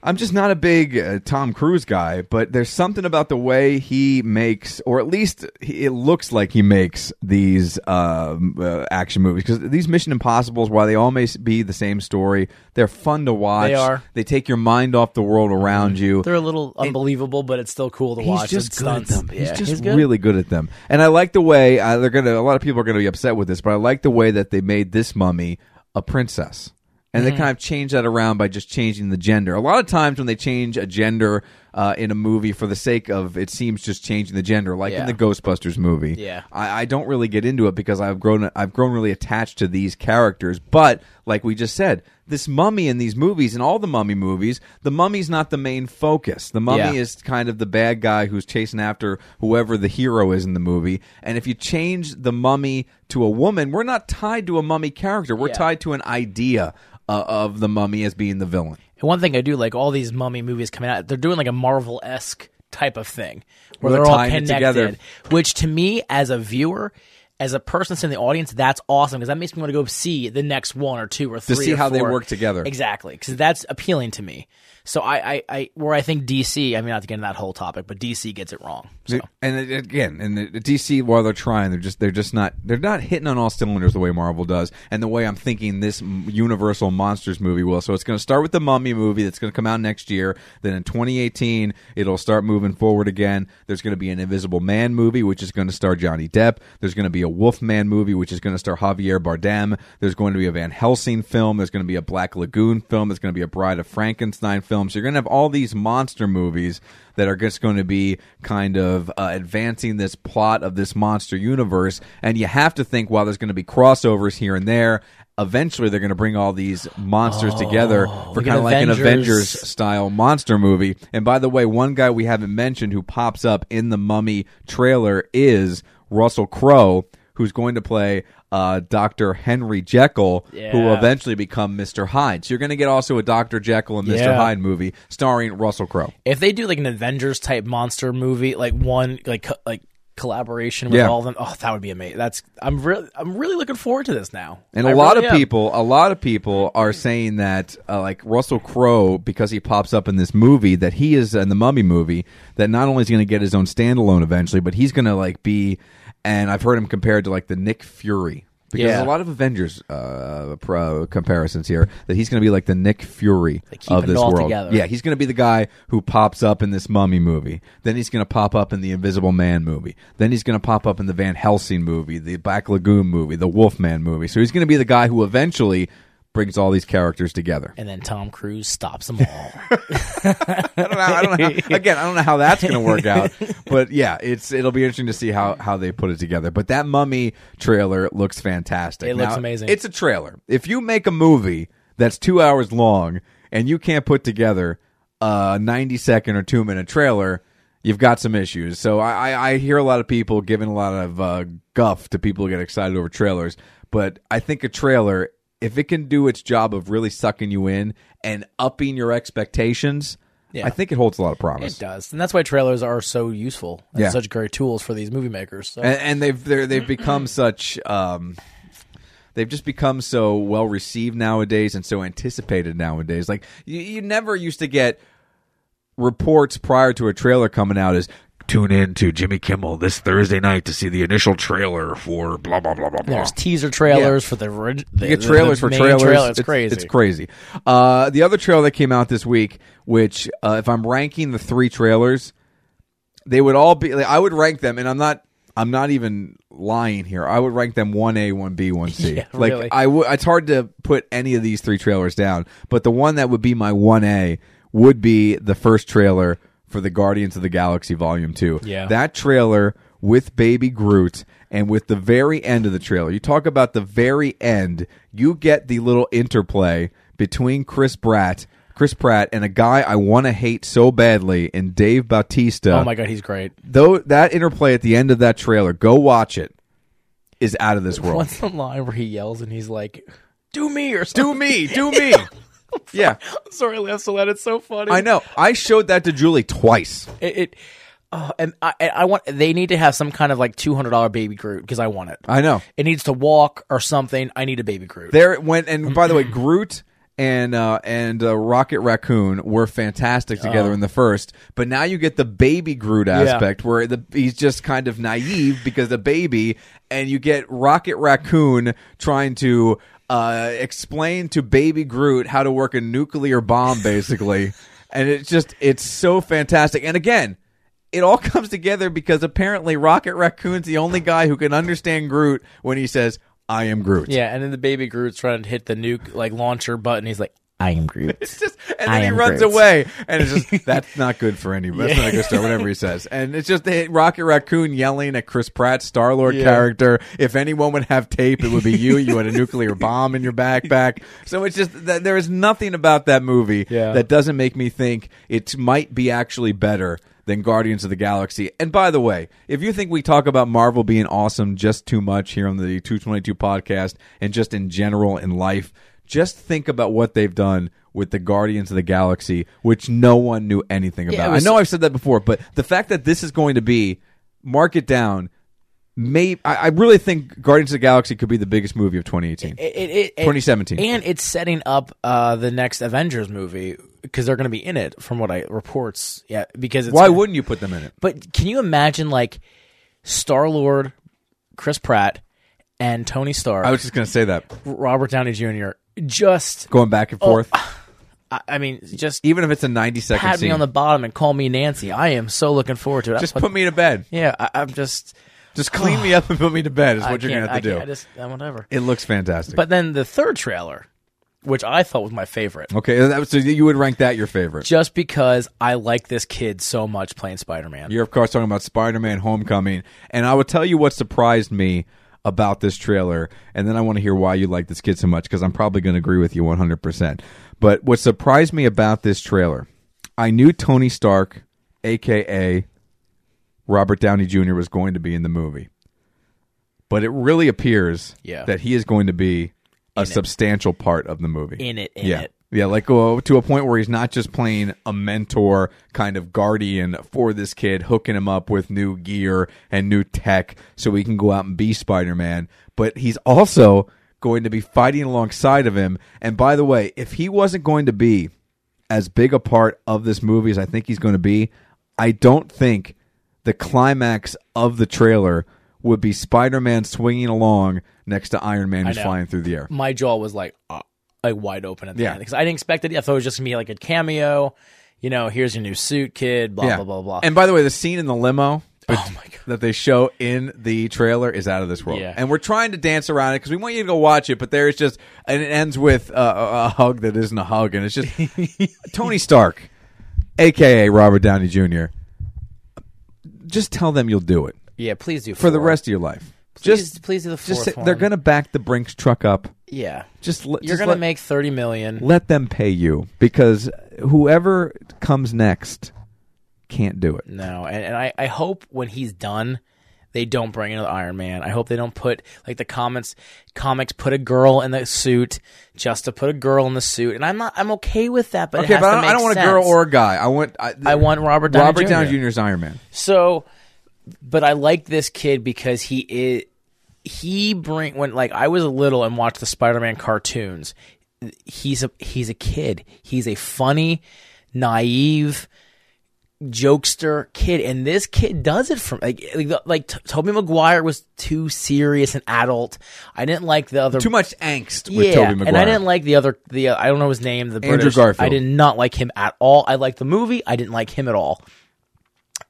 [SPEAKER 1] I'm just not a big uh, Tom Cruise guy. But there's something about the way he makes, or at least he, it looks like he makes these um, uh, action movies. Because these Mission Impossible's, while they all may s- be the same story, they're fun to watch.
[SPEAKER 2] They are. Mm-hmm.
[SPEAKER 1] They take your mind off the world around you.
[SPEAKER 2] They're a little unbelievable, but it's still cool to watch.
[SPEAKER 1] He's
[SPEAKER 2] It's
[SPEAKER 1] just good at
[SPEAKER 2] stunts.
[SPEAKER 1] them.
[SPEAKER 2] Yeah,
[SPEAKER 1] he's just
[SPEAKER 2] good.
[SPEAKER 1] really good at them. And I like the way uh, they're gonna. A lot of people are gonna be upset with this, but I like the way that they made this mummy a princess, and they kind of changed that around by just changing the gender. A lot of times when they change a gender uh, in a movie for the sake of it seems just changing the gender, like in
[SPEAKER 2] Yeah.
[SPEAKER 1] the Ghostbusters movie.
[SPEAKER 2] Yeah.
[SPEAKER 1] I, I don't really get into it because I've grown I've grown really attached to these characters. But like we just said, this mummy in these movies and all the mummy movies, the mummy's not the main focus. The mummy
[SPEAKER 2] Yeah.
[SPEAKER 1] is kind of the bad guy who's chasing after whoever the hero is in the movie. And if you change the mummy to a woman, we're not tied to a mummy character. We're
[SPEAKER 2] Yeah.
[SPEAKER 1] tied to an idea uh, of the mummy as being the villain.
[SPEAKER 2] And one thing I do like all these mummy movies coming out, they're doing like a Marvel esque type of thing where
[SPEAKER 1] Well,
[SPEAKER 2] they're
[SPEAKER 1] they're
[SPEAKER 2] all
[SPEAKER 1] tying it
[SPEAKER 2] connected.
[SPEAKER 1] together.
[SPEAKER 2] Which to me, as a viewer, as a person sitting in the audience, that's awesome because that makes me want to go see the next one or two or three
[SPEAKER 1] see
[SPEAKER 2] or
[SPEAKER 1] how they
[SPEAKER 2] four.
[SPEAKER 1] work together.
[SPEAKER 2] Exactly, because that's appealing to me. So I, I, I where I think DC. I mean, not to get into that whole topic, but DC gets it wrong. So
[SPEAKER 1] And it- it- again, and the, the DC, while they're trying, they're just they're just not they're not hitting on all cylinders the way Marvel does, and the way I'm thinking this m- Universal monsters movie will. So it's going to start with the Mummy movie that's going to come out next year. Then in 2018, it'll start moving forward again. There's going to be an Invisible Man movie, which is going to star Johnny Depp. There's going to be a Wolfman movie, which is going to star Javier Bardem. There's going to be a Van Helsing film. There's going to be a Black Lagoon film. There's going to be a Bride of Frankenstein film. So you're going to have all these monster movies that are just going to be kind of uh, advancing this plot of this monster universe. And you have to think, while there's going to be crossovers here and there, eventually they're going to bring all these monsters together for
[SPEAKER 2] like
[SPEAKER 1] kind
[SPEAKER 2] an
[SPEAKER 1] of like an Avengers
[SPEAKER 2] Avengers.
[SPEAKER 1] style monster movie. And by the way, one guy we haven't mentioned who pops up in the Mummy trailer is Russell Crowe, who's going to play uh, Dr. Henry Jekyll, who will
[SPEAKER 2] Yeah.
[SPEAKER 1] eventually become Mr. Hyde. So you're going to get also a Dr. Jekyll and Mr.
[SPEAKER 2] Yeah.
[SPEAKER 1] Hyde movie starring Russell Crowe.
[SPEAKER 2] if they do like an Avengers type monster movie, like one like co- like collaboration with
[SPEAKER 1] Yeah.
[SPEAKER 2] all of them, oh, that would be amazing. That's I'm really I'm really looking forward to this now.
[SPEAKER 1] And a
[SPEAKER 2] a
[SPEAKER 1] lot of people, a lot of people are saying that, uh, like Russell Crowe, because he pops up in this movie, that he is in the Mummy movie. That not only is going to get his own standalone eventually, but he's going to like be, and I've heard him compared to like the Nick Fury. Because
[SPEAKER 2] Yeah.
[SPEAKER 1] there's a lot of Avengers uh, pro comparisons here that he's going to be like the Nick Fury
[SPEAKER 2] keeping
[SPEAKER 1] of
[SPEAKER 2] it
[SPEAKER 1] this
[SPEAKER 2] all
[SPEAKER 1] world.
[SPEAKER 2] together.
[SPEAKER 1] Yeah, he's going to be the guy who pops up in this Mummy movie. Then he's going to pop up in the Invisible Man movie. Then he's going to pop up in the Van Helsing movie, the Black Lagoon movie, the Wolfman movie. So he's going to be the guy who eventually brings all these characters together.
[SPEAKER 2] And then Tom Cruise stops them all.
[SPEAKER 1] I don't know, I don't know how, again, I don't know how that's going to work out, but yeah, it's it'll be interesting to see how how they put it together. But that Mummy trailer looks fantastic.
[SPEAKER 2] It looks amazing.
[SPEAKER 1] It's a trailer. If you make a movie that's 2 hours long and you can't put together a 90 second or 2 minute trailer, you've got some issues. So I I, I hear a lot of people giving a lot of uh, guff to people who get excited over trailers, but I think a trailer if it can do its job of really sucking you in and upping your expectations,
[SPEAKER 2] Yeah.
[SPEAKER 1] I think it holds a lot of
[SPEAKER 2] it
[SPEAKER 1] promise.
[SPEAKER 2] does, and that's why trailers are so useful. And
[SPEAKER 1] Yeah.
[SPEAKER 2] such great tools for these movie makers. So.
[SPEAKER 1] And, and they've they're, they've become such. Um, They've just become so well received nowadays and so anticipated nowadays. Like you, you never used to get reports prior to a trailer coming out as
[SPEAKER 3] Tune in to Jimmy Kimmel this Thursday night to see the initial trailer for blah blah blah blah blah.
[SPEAKER 2] There's teaser trailers for the original.
[SPEAKER 1] You get trailers for trailers.
[SPEAKER 2] Trailer. It's, crazy. Oh
[SPEAKER 1] It's crazy. Uh, the other trailer that came out this week, which uh, if I'm ranking the three trailers, they would all be. Like, I would rank them, and I'm not. I'm not even lying here. I would rank them one A, one B, one C.
[SPEAKER 2] Yeah,
[SPEAKER 1] like
[SPEAKER 2] really.
[SPEAKER 1] I would. It's hard to put any of these three trailers down, but the one that would be my one A would be the first trailer for the Guardians of the Galaxy Volume Two.
[SPEAKER 2] Yeah.
[SPEAKER 1] That that trailer with baby groot and with the very end of the trailer you talk about the very end you get the little interplay between chris pratt chris pratt and a guy i want to hate so badly and dave bautista
[SPEAKER 2] oh my god, he's great.
[SPEAKER 1] though that interplay at the end of that trailer go watch it is out of this world
[SPEAKER 2] What's the line where he yells and he's like, "Do me or
[SPEAKER 1] do me do me yeah
[SPEAKER 2] Sorry, laugh so loud. It's so funny.
[SPEAKER 1] i know i showed that to julie twice
[SPEAKER 2] It, it oh, and I, and I want they need to have some kind of like two hundred dollar baby Groot because I want it.
[SPEAKER 1] i know
[SPEAKER 2] it needs to walk or something. I need a baby Groot.
[SPEAKER 1] There it went, and by the way, Groot and uh, and uh, Rocket Raccoon were fantastic together in the first, but now you get the baby Groot aspect where the, he's just kind of naive because the baby, and you get Rocket Raccoon trying to uh, explain to baby Groot how to work a nuclear bomb, basically, and it's just it's so fantastic. And again. It all comes together because apparently Rocket Raccoon's the only guy who can understand Groot when he says, "I am Groot."
[SPEAKER 2] yeah, and then the baby Groot's trying to hit the nuke like launcher button. He's like, I am Groot.
[SPEAKER 1] just and
[SPEAKER 2] I
[SPEAKER 1] then he
[SPEAKER 2] am
[SPEAKER 1] runs
[SPEAKER 2] Groot.
[SPEAKER 1] away and it's just that's not good for anybody that's not a good story whatever he says and it's just the rocket raccoon yelling at chris pratt's star lord character if anyone would have tape it would be you you had a nuclear bomb in your backpack so it's just that there is nothing about that movie
[SPEAKER 2] Yeah.
[SPEAKER 1] that doesn't make me think it might be actually better than Guardians of the Galaxy. And by the way, if you think we talk about Marvel being awesome just too much here on the 222 podcast and just in general in life, just think about what they've done with the Guardians of the Galaxy, which no one knew anything
[SPEAKER 2] Yeah, it
[SPEAKER 1] about.
[SPEAKER 2] was-
[SPEAKER 1] I know I've said that before, but the fact that this is going to be, mark it down, maybe I, I really think Guardians of the Galaxy could be the biggest movie of 2018.
[SPEAKER 2] It, it, it, it-
[SPEAKER 1] 2017.
[SPEAKER 2] and it's setting up uh, the next Avengers movie because they're going to be in it, from what I reports. Yeah, because it's
[SPEAKER 1] Why
[SPEAKER 2] gonna-
[SPEAKER 1] wouldn't you put them in it?
[SPEAKER 2] But can you imagine like Star Lord, Chris Pratt, and Tony Stark,
[SPEAKER 1] I was just gonna say that.
[SPEAKER 2] Robert Downey Jr. Just,
[SPEAKER 1] Going back and forth,
[SPEAKER 2] I, I mean, just
[SPEAKER 1] even if it's a 90 second
[SPEAKER 2] pat
[SPEAKER 1] scene.
[SPEAKER 2] me on the bottom and call me Nancy. I am so looking forward to it. I
[SPEAKER 1] just
[SPEAKER 2] fuck-
[SPEAKER 1] put me to bed.
[SPEAKER 2] yeah, I, I'm just.
[SPEAKER 1] Just clean me up and put me to bed is
[SPEAKER 2] I
[SPEAKER 1] what you're
[SPEAKER 2] can't-
[SPEAKER 1] gonna have to
[SPEAKER 2] I
[SPEAKER 1] do.
[SPEAKER 2] can't- I just uh, whatever.
[SPEAKER 1] it looks fantastic.
[SPEAKER 2] But then the third trailer, which I thought was my favorite,
[SPEAKER 1] okay, that was- so you would rank that your favorite.
[SPEAKER 2] just because I like this kid so much playing Spider Man.
[SPEAKER 1] You're of course talking about Spider-Man: Homecoming, and I will tell you what surprised me about this trailer, and then I want to hear why you like this kid so much because I'm probably going to agree with you 100. percent But what surprised me about this trailer, I knew Tony Stark, aka Robert Downey Jr., was going to be in the movie, but it really appears
[SPEAKER 2] Yeah.
[SPEAKER 1] that he is going to be a substantial part of the movie.
[SPEAKER 2] In it, in
[SPEAKER 1] yeah.
[SPEAKER 2] it.
[SPEAKER 1] Yeah, like uh, to a point where he's not just playing a mentor kind of guardian for this kid, hooking him up with new gear and new tech so he can go out and be Spider Man, but he's also going to be fighting alongside of him. And by the way, if he wasn't going to be as big a part of this movie as I think he's going to be, I don't think the climax of the trailer would be Spider Man swinging along next to Iron Man who's
[SPEAKER 2] know.
[SPEAKER 1] flying through the air.
[SPEAKER 2] My jaw was like uh, like wide open at the
[SPEAKER 1] Yeah.
[SPEAKER 2] end because I didn't expect it. I thought it was just gonna be like a cameo. You know, here's your new suit, kid. Blah blah blah blah.
[SPEAKER 1] And by the way, the scene in the limo
[SPEAKER 2] oh my god.
[SPEAKER 1] that they show in the trailer is out of this world.
[SPEAKER 2] Yeah.
[SPEAKER 1] And we're trying to dance around it because we want you to go watch it, but there is just, and it ends with uh, a, a hug that isn't a hug, and it's just Tony Stark, aka Robert Downey Jr. Just tell them you'll do it
[SPEAKER 2] Yeah, please do
[SPEAKER 1] for the rest of your life.
[SPEAKER 2] Please,
[SPEAKER 1] just,
[SPEAKER 2] please do the fourth
[SPEAKER 1] just say-
[SPEAKER 2] one.
[SPEAKER 1] they're gonna back the Brinks truck up.
[SPEAKER 2] Yeah,
[SPEAKER 1] Just let-
[SPEAKER 2] you're
[SPEAKER 1] just
[SPEAKER 2] gonna
[SPEAKER 1] let-
[SPEAKER 2] make thirty million.
[SPEAKER 1] let them pay you because whoever comes next can't do it.
[SPEAKER 2] No, and, and I, I hope when he's done, they don't bring another Iron Man. I hope they don't put like the comments comics put a girl in the suit just to put a girl in the suit. And I'm not I'm okay with that, but it
[SPEAKER 1] Okay,
[SPEAKER 2] has
[SPEAKER 1] but
[SPEAKER 2] to
[SPEAKER 1] I don't, I
[SPEAKER 2] make
[SPEAKER 1] don't want a
[SPEAKER 2] sense.
[SPEAKER 1] girl or a guy. I want. I,
[SPEAKER 2] I want Robert Downey
[SPEAKER 1] Robert
[SPEAKER 2] Jr.
[SPEAKER 1] Downey Jr.'s Iron Man.
[SPEAKER 2] So, but I like this kid because he is he bring when like I was little and watched the Spider-Man cartoons. He's a he's a kid. He's a funny, naive jokester kid and this kid does it from like like, the- like T- Toby Maguire was too serious and adult. I didn't like the other
[SPEAKER 1] Too much angst
[SPEAKER 2] yeah,
[SPEAKER 1] with Toby Maguire.
[SPEAKER 2] and I didn't like the other the uh, I don't know his name, the British.
[SPEAKER 1] Garfield.
[SPEAKER 2] I did not like him at all. I liked the movie. I didn't like him at all.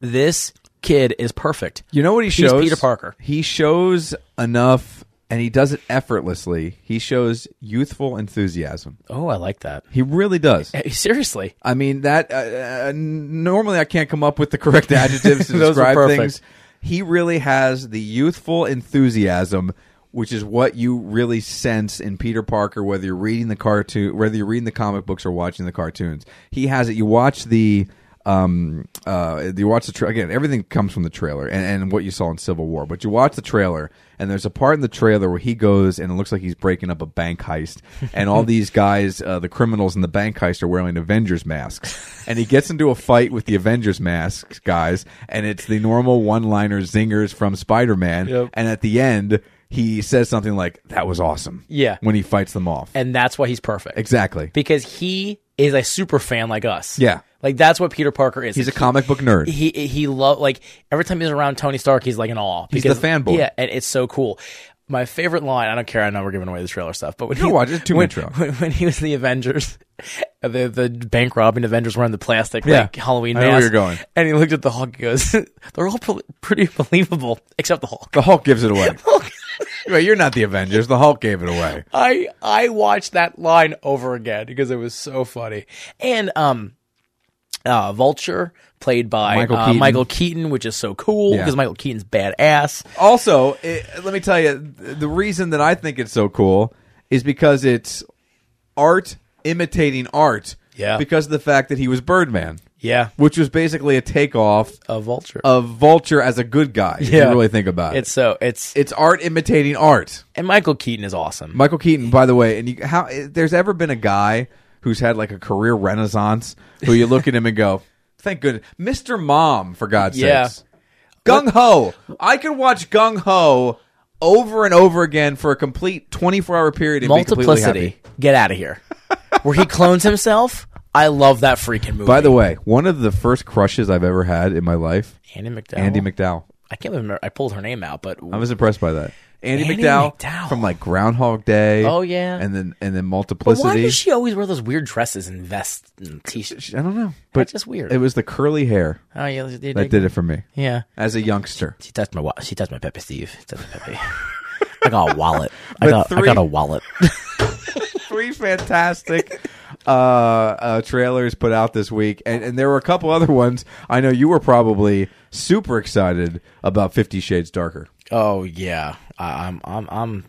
[SPEAKER 2] This kid is perfect.
[SPEAKER 1] You know what he
[SPEAKER 2] He's
[SPEAKER 1] shows?
[SPEAKER 2] Peter Parker.
[SPEAKER 1] He shows enough, and he does it effortlessly. He shows youthful enthusiasm.
[SPEAKER 2] Oh, I like that.
[SPEAKER 1] He really does.
[SPEAKER 2] Hey, Seriously,
[SPEAKER 1] I mean that. Uh, uh, normally, I can't come up with the correct adjectives to
[SPEAKER 2] Those are
[SPEAKER 1] describe
[SPEAKER 2] perfect.
[SPEAKER 1] things. He really has the youthful enthusiasm, which is what you really sense in Peter Parker. Whether you're reading the cartoon, whether you're reading the comic books or watching the cartoons, he has it. You watch the. Um, uh, you watch the tra- again. Everything comes from the trailer and, and what you saw in Civil War. But you watch the trailer, and there's a part in the trailer where he goes and it looks like he's breaking up a bank heist, and all these guys, uh, the criminals in the bank heist, are wearing Avengers masks, and he gets into a fight with the Avengers masks guys, and it's the normal one-liner zingers from Spider-Man,
[SPEAKER 2] Yep.
[SPEAKER 1] and at the end he says something like, "That was awesome."
[SPEAKER 2] Yeah.
[SPEAKER 1] when he fights them off,
[SPEAKER 2] and that's why he's perfect
[SPEAKER 1] exactly.
[SPEAKER 2] because he is a super fan like us.
[SPEAKER 1] Yeah.
[SPEAKER 2] like that's what Peter Parker is.
[SPEAKER 1] He's a comic book nerd.
[SPEAKER 2] he he love like every time he's around Tony Stark, he's like in awe.
[SPEAKER 1] the
[SPEAKER 2] because-
[SPEAKER 1] fanboy.
[SPEAKER 2] Yeah, and it's so cool. My favorite line. I don't care. I know we're giving away the trailer stuff, but when
[SPEAKER 1] No,
[SPEAKER 2] he
[SPEAKER 1] watch it. It's a two-minute
[SPEAKER 2] when,
[SPEAKER 1] trailer.
[SPEAKER 2] when, when he was in the Avengers, the the bank robbing Avengers wearing the plastic
[SPEAKER 1] Yeah.
[SPEAKER 2] like Halloween
[SPEAKER 1] I know where
[SPEAKER 2] mask,
[SPEAKER 1] you're going.
[SPEAKER 2] and he looked at the Hulk. He goes, "They're all pre- pretty believable except the Hulk."
[SPEAKER 1] the Hulk gives it away. Wait, you're not the Avengers. The Hulk gave it away.
[SPEAKER 2] I I watched that line over again because it was so funny. And um uh Vulture played by
[SPEAKER 1] Michael
[SPEAKER 2] uh,
[SPEAKER 1] Keaton.
[SPEAKER 2] Michael Keaton, which is so cool
[SPEAKER 1] Yeah.
[SPEAKER 2] because Michael Keaton's badass.
[SPEAKER 1] also, it, let me tell you, th- the reason that I think it's so cool is because it's art imitating art.
[SPEAKER 2] Yeah.
[SPEAKER 1] Because of the fact that he was Birdman,
[SPEAKER 2] Yeah.
[SPEAKER 1] which was basically a takeoff
[SPEAKER 2] A Uh, vulture.
[SPEAKER 1] of Vulture as a good guy. If you
[SPEAKER 2] Yeah.
[SPEAKER 1] really think about
[SPEAKER 2] it's
[SPEAKER 1] it.
[SPEAKER 2] so it's
[SPEAKER 1] It's art imitating art.
[SPEAKER 2] and Michael Keaton is awesome.
[SPEAKER 1] Michael Keaton, by the way, and you, how if there's ever been a guy who's had like a career renaissance who you look at him and go, "Thank goodness, Mr. Mom, for God's
[SPEAKER 2] Yeah.
[SPEAKER 1] sakes." Gung Ho. I could watch Gung Ho over and over again for a complete 24 hour period and be completely happy.
[SPEAKER 2] Multiplicity. Get out of here. Where he clones himself. I love that freaking movie.
[SPEAKER 1] By the way, one of the first crushes I've ever had in my life,
[SPEAKER 2] Andy McDowell.
[SPEAKER 1] Andy McDowell.
[SPEAKER 2] I can't remember. I pulled her name out, but
[SPEAKER 1] I was impressed by that. Andy,
[SPEAKER 2] Andy
[SPEAKER 1] McDowell,
[SPEAKER 2] McDowell.
[SPEAKER 1] from like Groundhog Day.
[SPEAKER 2] Oh, yeah.
[SPEAKER 1] and then and then
[SPEAKER 2] But why
[SPEAKER 1] Multiplicity.
[SPEAKER 2] does she always wear those weird dresses and vests and t-shirts?
[SPEAKER 1] I don't know, but
[SPEAKER 2] just weird.
[SPEAKER 1] It was the curly hair
[SPEAKER 2] Oh yeah, they did.
[SPEAKER 1] that did it for me
[SPEAKER 2] Yeah,
[SPEAKER 1] as a youngster.
[SPEAKER 2] she touched my wallet. She touched my Pepe Steve. She touched my Pepe. I got a wallet. I
[SPEAKER 1] But
[SPEAKER 2] got, I
[SPEAKER 1] three-
[SPEAKER 2] got a wallet.
[SPEAKER 1] three fantastic uh, uh, trailers put out this week, and, and there were a couple other ones. I know you were probably super excited about Fifty Shades Darker.
[SPEAKER 2] oh yeah, I, I'm I'm I'm.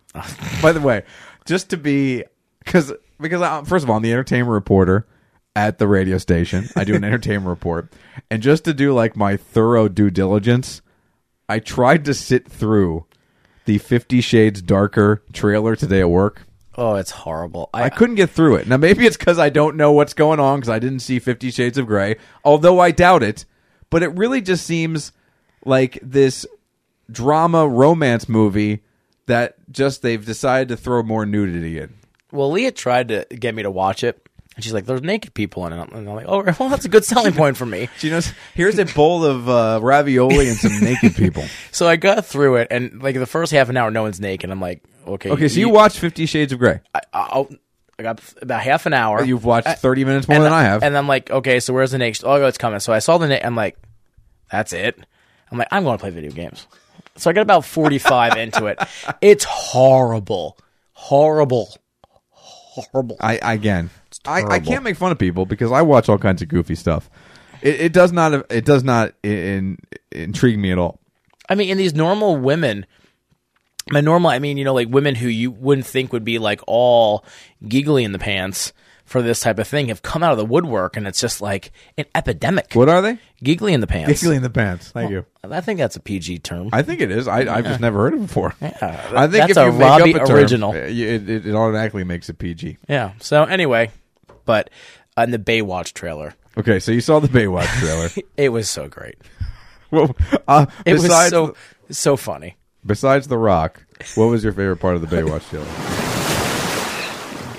[SPEAKER 1] By the way, just to be because because I, first of all, I'm the entertainment reporter at the radio station. I do an entertainment report, and just to do like my thorough due diligence, I tried to sit through the Fifty Shades Darker trailer today at work.
[SPEAKER 2] Oh, it's horrible. I,
[SPEAKER 1] I couldn't get through it. Now maybe it's because I don't know what's going on because I didn't see Fifty Shades of Grey, although I doubt it. But it really just seems like this drama romance movie that just they've decided to throw more nudity in.
[SPEAKER 2] well, Leah tried to get me to watch it, and she's like, "There's naked people in it," and I'm like, "Oh, well, that's a good selling point for me."
[SPEAKER 1] She knows here's a bowl of uh, ravioli and some naked people.
[SPEAKER 2] So I got through it, and like the first half an hour, no one's naked. I'm like, "Okay,
[SPEAKER 1] Okay, so you watched Fifty Shades of Grey.
[SPEAKER 2] I, I'll, I got about half an hour.
[SPEAKER 1] You've watched thirty minutes more than I have.
[SPEAKER 2] Uh, And I'm like, okay, so where's the next? Oh, it's coming. So I saw the next. I'm like, that's it. I'm like, I'm going to play video games. So I got about 45 into it. It's horrible, horrible, horrible.
[SPEAKER 1] I again, I, I can't make fun of people because I watch all kinds of goofy stuff. It, it does not it does not in, intrigue me at all.
[SPEAKER 2] I mean, in these normal women, by normal, I mean, you know, like women who you wouldn't think would be like all giggly in the pants for this type of thing have come out of the woodwork, and it's just like an epidemic.
[SPEAKER 1] What are they?
[SPEAKER 2] Giggly in the pants.
[SPEAKER 1] in the pants. Thank you.
[SPEAKER 2] I think that's a PG term.
[SPEAKER 1] I think it is. I, I've just never heard it before.
[SPEAKER 2] Yeah,
[SPEAKER 1] I think
[SPEAKER 2] that's
[SPEAKER 1] if
[SPEAKER 2] a
[SPEAKER 1] you make
[SPEAKER 2] Robbie
[SPEAKER 1] up a term,
[SPEAKER 2] original.
[SPEAKER 1] uh, you- it, it, it automatically makes it PG.
[SPEAKER 2] Yeah. So anyway, but on the Baywatch trailer,
[SPEAKER 1] Okay, so you saw the Baywatch trailer.
[SPEAKER 2] it was so great.
[SPEAKER 1] well, uh,
[SPEAKER 2] It
[SPEAKER 1] besides,
[SPEAKER 2] was so so funny.
[SPEAKER 1] besides The Rock, what was your favorite part of the Baywatch trailer?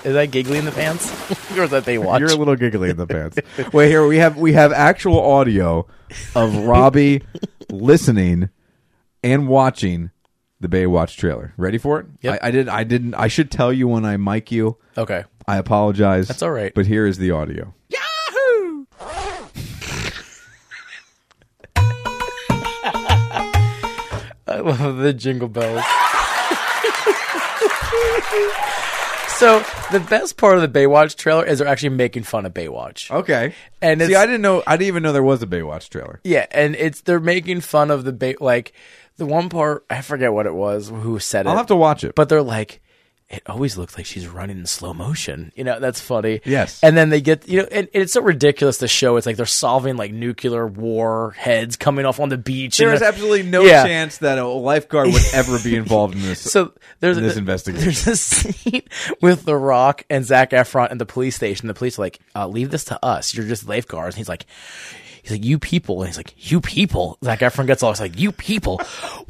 [SPEAKER 2] Is that giggly in the pants? or is that Baywatch?
[SPEAKER 1] You're a little giggly in the pants. Wait, here we have we have actual audio of Robbie listening and watching the Baywatch trailer. Ready for it?
[SPEAKER 2] Yep.
[SPEAKER 1] I, I did. I didn't. I should tell you when I mic you.
[SPEAKER 2] okay.
[SPEAKER 1] I apologize.
[SPEAKER 2] That's all right.
[SPEAKER 1] But here is the audio.
[SPEAKER 2] I love the jingle bells. so the best part of the Baywatch trailer is they're actually making fun of Baywatch.
[SPEAKER 1] Okay.
[SPEAKER 2] And
[SPEAKER 1] see,
[SPEAKER 2] it's-
[SPEAKER 1] I didn't know. I didn't even know there was a Baywatch trailer.
[SPEAKER 2] Yeah, and it's they're making fun of the Bay like the one part I forget what it was who said it.
[SPEAKER 1] I'll have to watch it.
[SPEAKER 2] but they're like it always looks like she's running in slow motion you know that's funny
[SPEAKER 1] Yes.
[SPEAKER 2] and then they get you know and, and it's so ridiculous to show it's like they're solving like nuclear war heads coming off on the beach
[SPEAKER 1] there
[SPEAKER 2] and
[SPEAKER 1] is
[SPEAKER 2] they're-
[SPEAKER 1] absolutely no
[SPEAKER 2] Yeah.
[SPEAKER 1] chance that a lifeguard would ever be involved in this.
[SPEAKER 2] so there's
[SPEAKER 1] in this
[SPEAKER 2] th-
[SPEAKER 1] investigation.
[SPEAKER 2] There's a scene with The Rock and Zach Efron in the police station. The police are like, uh, "Leave this to us. You're just lifeguards." And he's like, "He's like you people," and he's like, "You people." Zach Efron gets all he's like, "You people,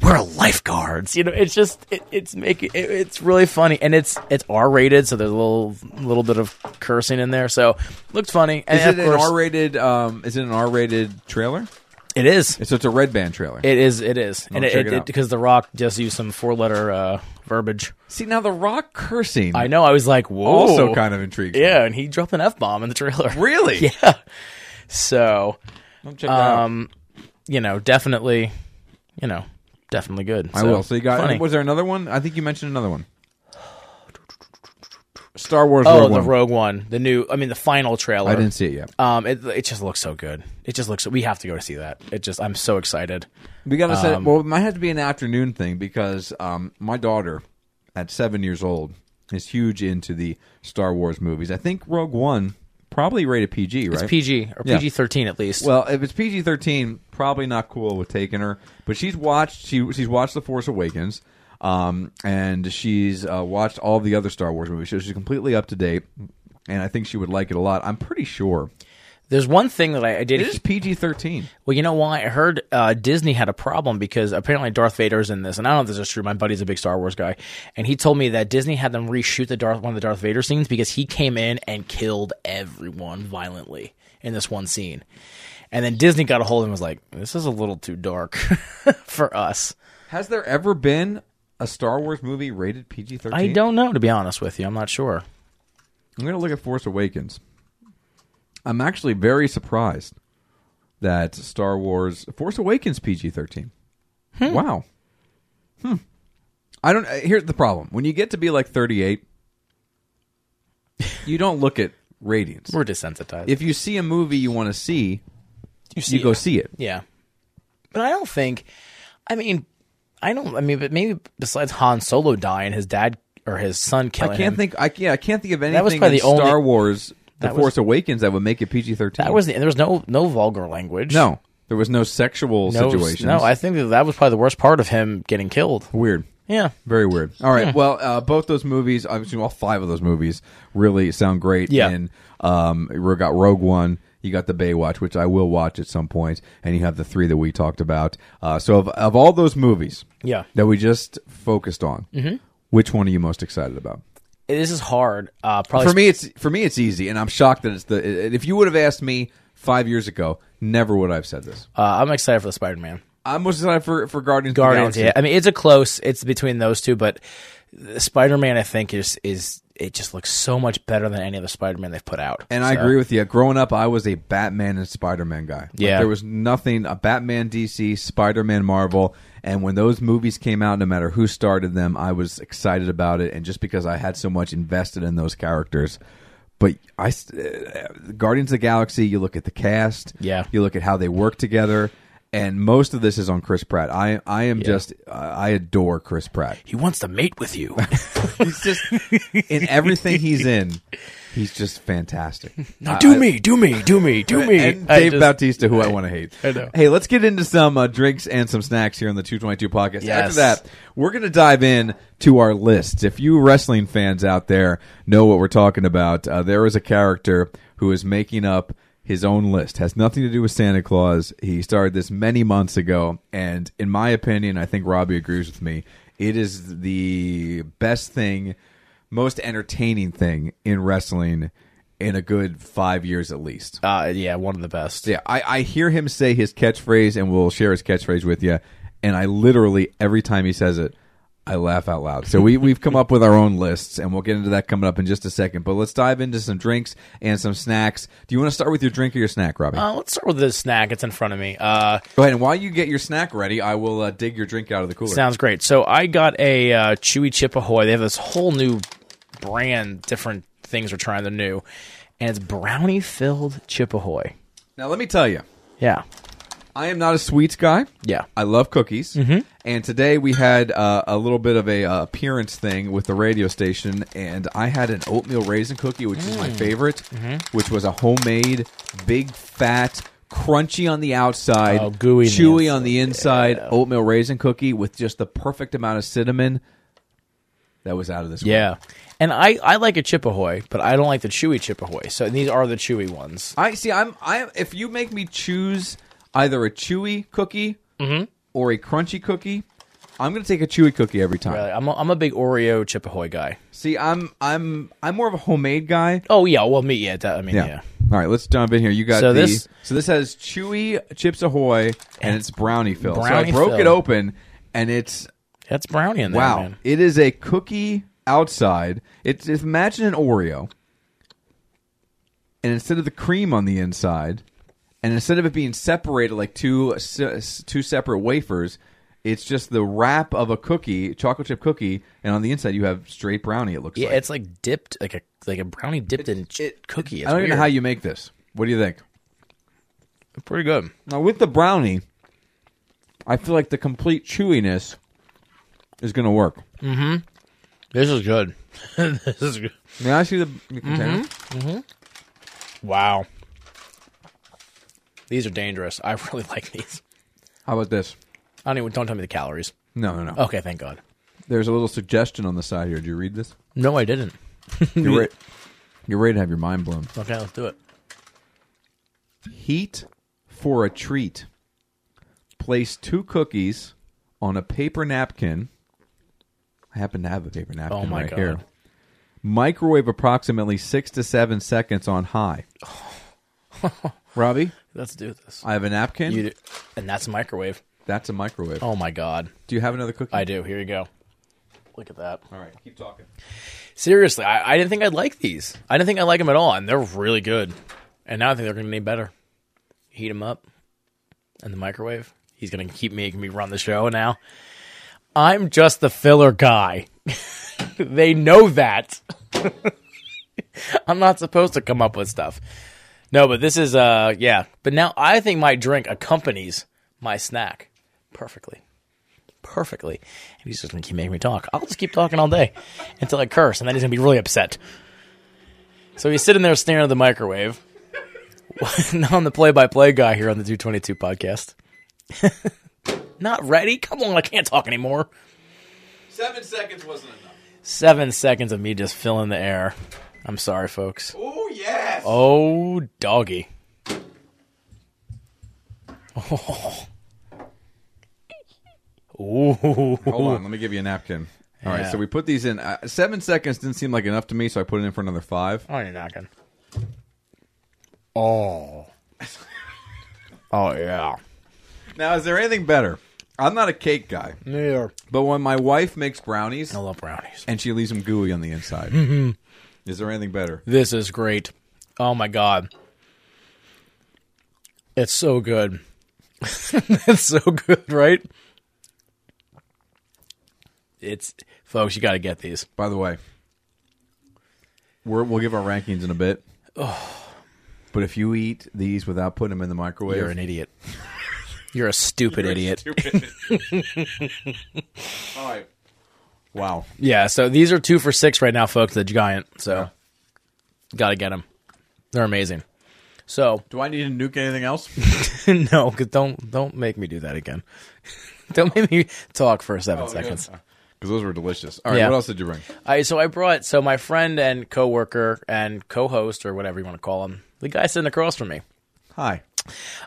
[SPEAKER 2] we're lifeguards." You know, it's just it, it's making it, it's really funny, and it's it's R rated, so there's a little little bit of cursing in there. So looked funny, and
[SPEAKER 1] is it
[SPEAKER 2] of
[SPEAKER 1] an
[SPEAKER 2] course,
[SPEAKER 1] R-rated? Um, is it an R-rated trailer?
[SPEAKER 2] it is.
[SPEAKER 1] So it's a red band trailer.
[SPEAKER 2] It is. It is. and
[SPEAKER 1] check it
[SPEAKER 2] it, it,
[SPEAKER 1] out.
[SPEAKER 2] because The Rock just used some four letter uh, verbiage.
[SPEAKER 1] See now the rock cursing
[SPEAKER 2] I know. I was like, whoa.
[SPEAKER 1] also kind of intrigues. me.
[SPEAKER 2] Yeah, and he dropped an F bomb in the trailer.
[SPEAKER 1] Really?
[SPEAKER 2] Yeah. So,
[SPEAKER 1] I'll check that out.
[SPEAKER 2] um, you know, definitely, you know, definitely good.
[SPEAKER 1] I will. So you got
[SPEAKER 2] funny.
[SPEAKER 1] was there another one? I think you mentioned another one. Star Wars
[SPEAKER 2] oh,
[SPEAKER 1] Rogue
[SPEAKER 2] the
[SPEAKER 1] One.
[SPEAKER 2] Rogue One, the new. I mean, the final trailer.
[SPEAKER 1] I didn't see it yet.
[SPEAKER 2] Um, it it just looks so good. It just looks. We have to go to see that. It just. I'm so excited.
[SPEAKER 1] We gotta set.
[SPEAKER 2] Um,
[SPEAKER 1] well, it might have to be an afternoon thing because um, my daughter, at seven years old, is huge into the Star Wars movies. I think Rogue One probably rated PG, right?
[SPEAKER 2] It's PG or
[SPEAKER 1] Yeah.
[SPEAKER 2] PG 13 at least.
[SPEAKER 1] Well, if it's PG thirteen, probably not cool with taking her. But she's watched she she's watched The Force Awakens, um, and she's uh, watched all the other Star Wars movies. So she's completely up to date, and I think she would like it a lot. I'm pretty sure.
[SPEAKER 2] There's one thing that I, I did.
[SPEAKER 1] It is PG thirteen.
[SPEAKER 2] Well, you know why? I heard uh, Disney had a problem because apparently Darth Vader's in this, and I don't know if this is true. My buddy's a big Star Wars guy, and he told me that Disney had them reshoot the Darth one of the Darth Vader scenes because he came in and killed everyone violently in this one scene, and then Disney got a hold of him and was like, "This is a little too dark for us."
[SPEAKER 1] Has there ever been a Star Wars movie rated PG thirteen?
[SPEAKER 2] I don't know, to be honest with you. I'm not sure.
[SPEAKER 1] I'm going to look at Force Awakens. I'm actually very surprised that Star Wars Force Awakens PG-13. Wow. Hmm. I don't uh, here's the problem. When you get to be like 38, you don't look at ratings.
[SPEAKER 2] We're desensitized.
[SPEAKER 1] If you see a movie you want to see, you, go see it.
[SPEAKER 2] Yeah. But I don't think I mean I don't I mean but maybe besides Han Solo dying, his dad or his son killing
[SPEAKER 1] I can't
[SPEAKER 2] him,
[SPEAKER 1] think I yeah, I can't think of anything
[SPEAKER 2] was probably
[SPEAKER 1] in
[SPEAKER 2] the only-
[SPEAKER 1] Star Wars The
[SPEAKER 2] That was-
[SPEAKER 1] Force Awakens that would make it PG-13.
[SPEAKER 2] that was the, there was no no vulgar language.
[SPEAKER 1] No. There was no sexual
[SPEAKER 2] no,
[SPEAKER 1] situations.
[SPEAKER 2] No, I think that that was probably the worst part of him getting killed.
[SPEAKER 1] Weird.
[SPEAKER 2] Yeah.
[SPEAKER 1] Very weird. All right. Well, uh, both those movies, I assume all five of those movies, really sound great.
[SPEAKER 2] Yeah.
[SPEAKER 1] And um, we got Rogue One. You got the Baywatch, which I will watch at some point, and you have the three that we talked about. Uh, so, of, of all those movies,
[SPEAKER 2] Yeah. Mm-hmm.
[SPEAKER 1] that we just focused on, which one are you most excited about?
[SPEAKER 2] This is hard. Uh, probably
[SPEAKER 1] For me, it's for me, it's easy, and I'm shocked that it's the. If you would have asked me five years ago, never would I have said this.
[SPEAKER 2] uh, I'm excited for the Spider-Man.
[SPEAKER 1] I'm most excited for for Guardians. of the
[SPEAKER 2] Guardians,
[SPEAKER 1] Galaxy.
[SPEAKER 2] yeah. I mean, it's a close. It's between those two, but the Spider-Man, I think, is is it just looks so much better than any other Spider-Man they've put out.
[SPEAKER 1] And I
[SPEAKER 2] So,
[SPEAKER 1] agree with you. Growing up, I was a Batman and Spider Man guy. Like,
[SPEAKER 2] Yeah.
[SPEAKER 1] there was nothing a Batman DC, Spider Man Marvel, and when those movies came out, no matter who started them, I was excited about it, and just because I had so much invested in those characters. But I, s- uh, Guardians of the Galaxy, you look at the cast,
[SPEAKER 2] Yeah.
[SPEAKER 1] you look at how they work together, and most of this is on Chris Pratt. I, I am just, uh, I adore Chris Pratt.
[SPEAKER 2] He wants to mate with you.
[SPEAKER 1] He's just in everything he's in, he's just fantastic.
[SPEAKER 2] no, do me, do me, do me, do me.
[SPEAKER 1] Uh, and
[SPEAKER 2] I
[SPEAKER 1] Dave
[SPEAKER 2] just-
[SPEAKER 1] Bautista, who I want to hate.
[SPEAKER 2] I know.
[SPEAKER 1] Hey, let's get into some uh, drinks and some snacks here on the 222 podcast. After
[SPEAKER 2] Yes.
[SPEAKER 1] that, we're going to dive in to our lists. If you wrestling fans out there know what we're talking about, uh, there is a character who is making up his own list. Has nothing to do with Santa Claus. He started this many months ago, and in my opinion, I think Robbie agrees with me. It is the best thing, most entertaining thing in wrestling in a good five years at least.
[SPEAKER 2] Uh, yeah, one of the best.
[SPEAKER 1] Yeah, I, I hear him say his catchphrase, and we'll share his catchphrase with you. And I literally every time he says it, I laugh out loud. So we we've come up with our own lists, and we'll get into that coming up in just a second. But let's dive into some drinks and some snacks. Do you want to start with your drink or your snack, Robbie?
[SPEAKER 2] Uh, let's start with the snack. It's in front of me. Uh,
[SPEAKER 1] Go ahead. And while you get your snack ready, I will uh, dig your drink out of the cooler.
[SPEAKER 2] Sounds great. So I got a uh, Chewy Chip Ahoy. They have this whole new brand, different things we're trying. They're new, and it's brownie filled Chip Ahoy.
[SPEAKER 1] now let me tell you,
[SPEAKER 2] Yeah,
[SPEAKER 1] I am not a sweets guy.
[SPEAKER 2] yeah. Mm-hmm.
[SPEAKER 1] I love cookies. And today we had uh, a little bit of a uh, appearance thing with the radio station, and I had an oatmeal raisin cookie, which is my
[SPEAKER 2] Mm.
[SPEAKER 1] favorite,
[SPEAKER 2] Mm-hmm.
[SPEAKER 1] which was a homemade, big, fat, crunchy on the outside,
[SPEAKER 2] Oh, gooey on the
[SPEAKER 1] chewy on the inside oatmeal raisin cookie with just the perfect amount of cinnamon. That was out of this. world.
[SPEAKER 2] Yeah. And I, I like a Chip Ahoy, but I don't like the chewy Chip Ahoy. So these are the chewy ones.
[SPEAKER 1] I see. I'm. I if you make me choose either a chewy cookie
[SPEAKER 2] Mm-hmm.
[SPEAKER 1] or a crunchy cookie, I'm going to take a chewy cookie every time.
[SPEAKER 2] Uh, I'm a, I'm a big Oreo Chip Ahoy guy.
[SPEAKER 1] See, I'm I'm I'm more of a homemade guy.
[SPEAKER 2] Oh, yeah. Well, me, yeah. That, I mean, yeah.
[SPEAKER 1] All right, let's jump in here. You got
[SPEAKER 2] So
[SPEAKER 1] the,
[SPEAKER 2] this-
[SPEAKER 1] so this has chewy chips ahoy and, it's brownie filled. so I
[SPEAKER 2] brownie
[SPEAKER 1] broke it
[SPEAKER 2] filled.
[SPEAKER 1] open and it's
[SPEAKER 2] That's brownie in there,
[SPEAKER 1] wow.
[SPEAKER 2] man.
[SPEAKER 1] It is a cookie outside. It's it's- imagine an Oreo. And instead of the cream on the inside, and instead of it being separated like two se- two separate wafers, it's just the wrap of a cookie, chocolate chip cookie, and on the inside you have straight brownie. It looks
[SPEAKER 2] Yeah,
[SPEAKER 1] like.
[SPEAKER 2] it's like dipped, like a like a brownie dipped in ch-
[SPEAKER 1] it-
[SPEAKER 2] cookie. It's
[SPEAKER 1] I don't even
[SPEAKER 2] weird.
[SPEAKER 1] know how you make this. What do you think?
[SPEAKER 2] Pretty good.
[SPEAKER 1] Now with the brownie, I feel like the complete chewiness is going to work.
[SPEAKER 2] This is good. this is good.
[SPEAKER 1] May I see the the container?
[SPEAKER 2] Mm-hmm. Wow. These are dangerous. I really like these.
[SPEAKER 1] How about this?
[SPEAKER 2] I don't even don't tell me the calories.
[SPEAKER 1] No, no, no.
[SPEAKER 2] Okay, thank God.
[SPEAKER 1] There's a little suggestion on the side here. Did you read this?
[SPEAKER 2] No, I didn't.
[SPEAKER 1] You're ready. You're ready to have your mind blown.
[SPEAKER 2] Okay, let's do it.
[SPEAKER 1] Heat for a treat. Place two cookies on a paper napkin. I happen to have a paper napkin
[SPEAKER 2] Oh, my
[SPEAKER 1] right
[SPEAKER 2] God.
[SPEAKER 1] here. Microwave approximately six to seven seconds on high. Robbie,
[SPEAKER 2] Let's do this.
[SPEAKER 1] I have a napkin.
[SPEAKER 2] You do, and that's a microwave.
[SPEAKER 1] That's a microwave.
[SPEAKER 2] Oh my god,
[SPEAKER 1] Do you have another cookie?
[SPEAKER 2] I do. Here you go. Look at that.
[SPEAKER 1] All right, keep talking.
[SPEAKER 2] Seriously, I, I didn't think I'd like these. I didn't think I like them at all, and they're really good. And now I think they're going to need better. Heat them up in the microwave. He's going to keep making me run the show now. I'm just the filler guy. they know that. I'm not supposed to come up with stuff. No, but this is uh yeah. But now I think my drink accompanies my snack perfectly perfectly. And he's just going to keep making me talk. I'll just keep talking all day until I curse, and then he's going to be really upset. So he's sitting there staring at the microwave. now I'm the play by play guy here on the 222 podcast. Not ready? Come on, I can't talk anymore.
[SPEAKER 1] Seven seconds wasn't enough.
[SPEAKER 2] Seven seconds of me just filling the air. I'm sorry, folks.
[SPEAKER 1] Oh yes.
[SPEAKER 2] Oh, doggy. Oh. Ooh.
[SPEAKER 1] Hold on, let me give you a napkin. All right,
[SPEAKER 2] Yeah.
[SPEAKER 1] so we put these in. Uh, seven seconds didn't seem like enough to me, so I put it in for another five.
[SPEAKER 2] Oh, you're knocking. Oh. oh yeah.
[SPEAKER 1] Now, is there anything better? I'm not a cake guy,
[SPEAKER 2] Yeah.
[SPEAKER 1] but when my wife makes brownies
[SPEAKER 2] I love brownies.
[SPEAKER 1] and she leaves them gooey on the inside, is
[SPEAKER 2] Mm-hmm.
[SPEAKER 1] there anything better?
[SPEAKER 2] This is great. Oh my god. It's so good. it's so good, right? It's folks, you got to get these.
[SPEAKER 1] By the way, we're, we'll give our rankings in a bit. But if you eat these without putting them in the microwave,
[SPEAKER 2] You're an idiot. You're a stupid idiot.
[SPEAKER 1] All right. Wow.
[SPEAKER 2] Yeah, so these are two for six right now, folks. The giant, so gotta get them. They're amazing. So
[SPEAKER 1] Do I need to nuke anything else?
[SPEAKER 2] no, because don't don't make me do that again. don't make me talk for
[SPEAKER 1] Oh,
[SPEAKER 2] seven seconds.
[SPEAKER 1] Because those were delicious. All right,
[SPEAKER 2] Yeah.
[SPEAKER 1] what else did you bring?
[SPEAKER 2] I so I brought so my friend and coworker and co-host or whatever you want to call him, the guy sitting across from me.
[SPEAKER 1] Hi.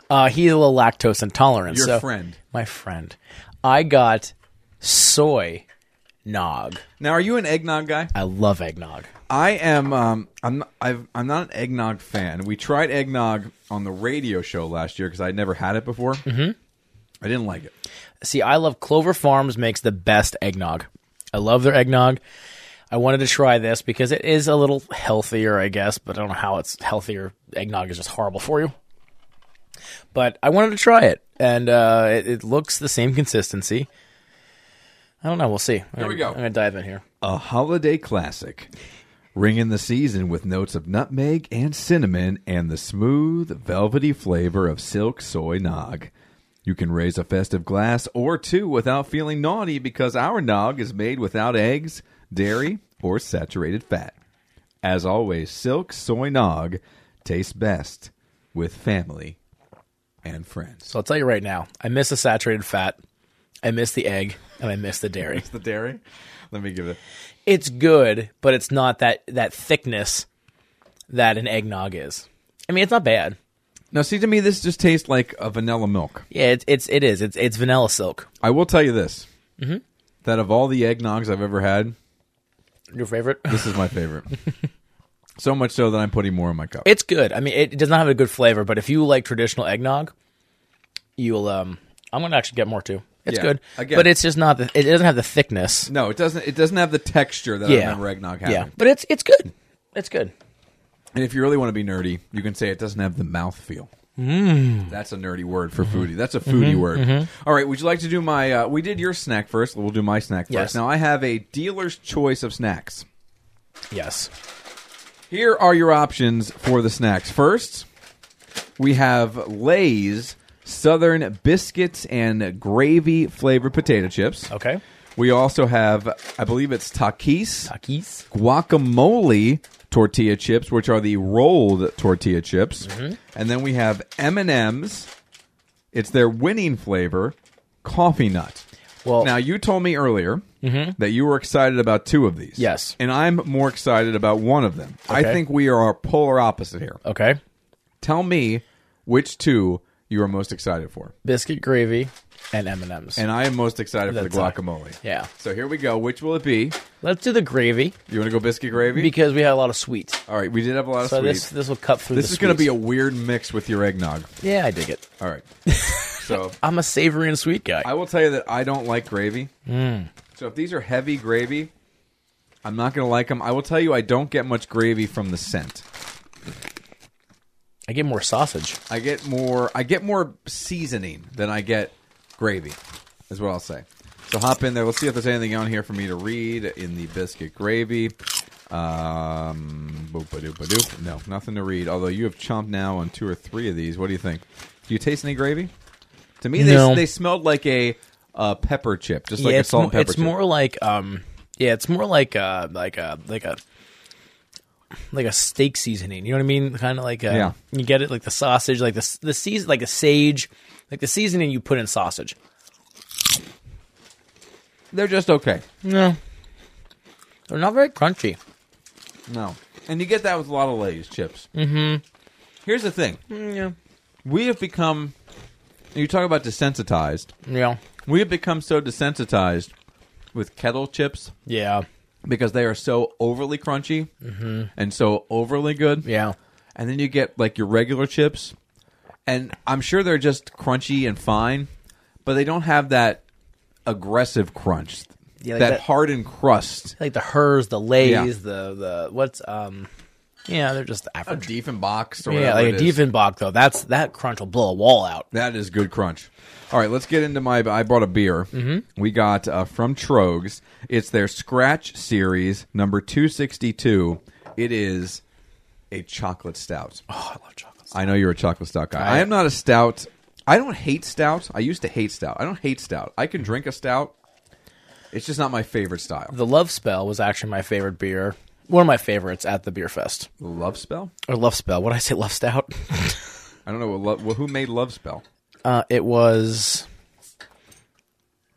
[SPEAKER 2] Uh, he's a little lactose intolerant.
[SPEAKER 1] Your
[SPEAKER 2] so-
[SPEAKER 1] friend.
[SPEAKER 2] my friend. I got soy nog.
[SPEAKER 1] Now, are you an eggnog guy?
[SPEAKER 2] I love eggnog.
[SPEAKER 1] I am. Um, I'm. not- I've, I'm not an eggnog fan. We tried eggnog on the radio show last year because I'd never had it before. Mm-hmm. I didn't like it.
[SPEAKER 2] See, I love Clover Farms makes the best eggnog. I love their eggnog. I wanted to try this because it is a little healthier, I guess, but I don't know how it's healthier. Eggnog is just horrible for you. But I wanted to try it, and uh, it, it looks the same consistency. I don't know. We'll see. Here
[SPEAKER 1] we go.
[SPEAKER 2] I'm gonna dive in here.
[SPEAKER 1] A holiday classic, ringing the season with notes of nutmeg and cinnamon and the smooth, velvety flavor of silk soy nog. You can raise a festive glass or two without feeling naughty because our nog is made without eggs, dairy, or saturated fat. As always, silk soy nog tastes best with family and friends.
[SPEAKER 2] So I'll tell you right now. I miss the saturated fat. I miss the egg, and I miss the dairy.
[SPEAKER 1] The dairy? Let me give it.
[SPEAKER 2] it's good, but it's not that that thickness that an eggnog is. I mean, it's not bad.
[SPEAKER 1] Now, see to me, this just tastes like a vanilla milk.
[SPEAKER 2] Yeah, it's it's it is. It's it's vanilla silk.
[SPEAKER 1] I will tell you this:
[SPEAKER 2] Mm-hmm.
[SPEAKER 1] that of all the eggnogs I've ever had,
[SPEAKER 2] Your favorite?
[SPEAKER 1] this is my favorite. so much so that I'm putting more in my cup.
[SPEAKER 2] It's good. I mean, it, it does not have a good flavor, but if you like traditional eggnog, you'll um. I'm gonna actually get more too. It's
[SPEAKER 1] Yeah,
[SPEAKER 2] good,
[SPEAKER 1] again.
[SPEAKER 2] but it's just not. The, it doesn't have the thickness.
[SPEAKER 1] no, it doesn't. It doesn't have the texture that I
[SPEAKER 2] yeah,
[SPEAKER 1] remember eggnog having.
[SPEAKER 2] yeah, but it's it's good. It's good.
[SPEAKER 1] And if you really want to be nerdy, you can say it doesn't have the mouthfeel. Mm. That's a nerdy word for
[SPEAKER 2] Mm-hmm.
[SPEAKER 1] foodie. That's a foodie word. All right, would you like to do my? Uh, we did your snack first. We'll do my snack first.
[SPEAKER 2] Yes.
[SPEAKER 1] Now I have a dealer's choice of snacks.
[SPEAKER 2] Yes.
[SPEAKER 1] Here are your options for the snacks. First, we have Lay's Southern Biscuits and Gravy flavored potato chips.
[SPEAKER 2] Okay.
[SPEAKER 1] We also have, I believe it's Takis
[SPEAKER 2] Takis.
[SPEAKER 1] guacamole tortilla chips, which are the rolled tortilla chips, and then we have M and M's. It's their winning flavor, coffee nut.
[SPEAKER 2] Well- Mm-hmm.
[SPEAKER 1] now you told me earlier that you were excited about two of these.
[SPEAKER 2] Yes.
[SPEAKER 1] and I'm more excited about one of them. I
[SPEAKER 2] Okay. Uh,
[SPEAKER 1] think we are polar opposite here.
[SPEAKER 2] Okay.
[SPEAKER 1] Tell me which two you are most excited for.
[SPEAKER 2] biscuit gravy and M and M's.
[SPEAKER 1] And I am most excited for the
[SPEAKER 2] That's
[SPEAKER 1] guacamole.
[SPEAKER 2] Yeah,
[SPEAKER 1] So here we go. Which will it be?
[SPEAKER 2] let's do the gravy
[SPEAKER 1] You want to go biscuit gravy?
[SPEAKER 2] because we had a lot of sweets.
[SPEAKER 1] All right, we did have a lot of
[SPEAKER 2] So this
[SPEAKER 1] sweets.
[SPEAKER 2] this will cut through.
[SPEAKER 1] This
[SPEAKER 2] the
[SPEAKER 1] is going to be
[SPEAKER 2] sweets.
[SPEAKER 1] a weird mix with your eggnog.
[SPEAKER 2] yeah. I dig it.
[SPEAKER 1] All right. so
[SPEAKER 2] I'm a savory and sweet guy.
[SPEAKER 1] I will tell you that I don't like gravy.
[SPEAKER 2] Mm.
[SPEAKER 1] So if these are heavy gravy, I'm not going to like them. I will tell you I don't get much gravy from the scent.
[SPEAKER 2] I get more sausage.
[SPEAKER 1] I get more I get more seasoning than I get gravy. Is what I'll say. So hop in there. Let's see if there's anything on here for me to read in the biscuit gravy. Um, boop a doop a doop. No, nothing to read. Although you have chomped now on two or three of these. What do you think? Do you taste any gravy? To me, they
[SPEAKER 2] No.
[SPEAKER 1] they smelled like a uh, pepper chip, just like
[SPEAKER 2] yeah,
[SPEAKER 1] a
[SPEAKER 2] it's,
[SPEAKER 1] salt
[SPEAKER 2] mo-
[SPEAKER 1] and pepper.
[SPEAKER 2] it's
[SPEAKER 1] chip.
[SPEAKER 2] more like um, yeah, it's more like a like a like a like a steak seasoning. You know what I mean? Kind of like a,
[SPEAKER 1] Yeah.
[SPEAKER 2] You get it like the sausage, like the s- the season, like the sage, like the seasoning you put in sausage.
[SPEAKER 1] They're just okay.
[SPEAKER 2] No, they're not very crunchy.
[SPEAKER 1] No, and you get that with a lot of Lay's chips. Mm-hmm. Here's the thing:
[SPEAKER 2] Yeah,
[SPEAKER 1] we have become. You talk about desensitized.
[SPEAKER 2] yeah,
[SPEAKER 1] We have become so desensitized with kettle chips
[SPEAKER 2] yeah,
[SPEAKER 1] because they are so overly crunchy and so overly good.
[SPEAKER 2] Mm-hmm. yeah.
[SPEAKER 1] And then you get like your regular chips, and I'm sure they're just crunchy and fine, but they don't have that aggressive crunch,
[SPEAKER 2] Yeah, like
[SPEAKER 1] that,
[SPEAKER 2] that-
[SPEAKER 1] hardened crust.
[SPEAKER 2] Like the hers, the lays,
[SPEAKER 1] Yeah.
[SPEAKER 2] the the what's um, yeah, they're just
[SPEAKER 1] A
[SPEAKER 2] average.
[SPEAKER 1] Diefenbach or
[SPEAKER 2] Yeah,
[SPEAKER 1] whatever
[SPEAKER 2] like a
[SPEAKER 1] it is.
[SPEAKER 2] Diefenbach though. That's that crunch will blow a wall out.
[SPEAKER 1] That is good crunch. All right, let's get into my. I bought a beer. Mm-hmm. We got uh, from Trogs. It's their Scratch Series number two sixty two. It is a chocolate stout.
[SPEAKER 2] Oh, I love chocolate.
[SPEAKER 1] I know you're a chocolate stout guy. I am not a stout. I don't hate stout. I used to hate stout. I don't hate stout. I can drink a stout. It's just not my favorite style.
[SPEAKER 2] The Love Spell was actually my favorite beer. One of my favorites at the beer fest.
[SPEAKER 1] Love spell?
[SPEAKER 2] Or Love Spell. What did I say? Love Stout?
[SPEAKER 1] I don't know what love. Well, who made love spell?
[SPEAKER 2] Uh, it was.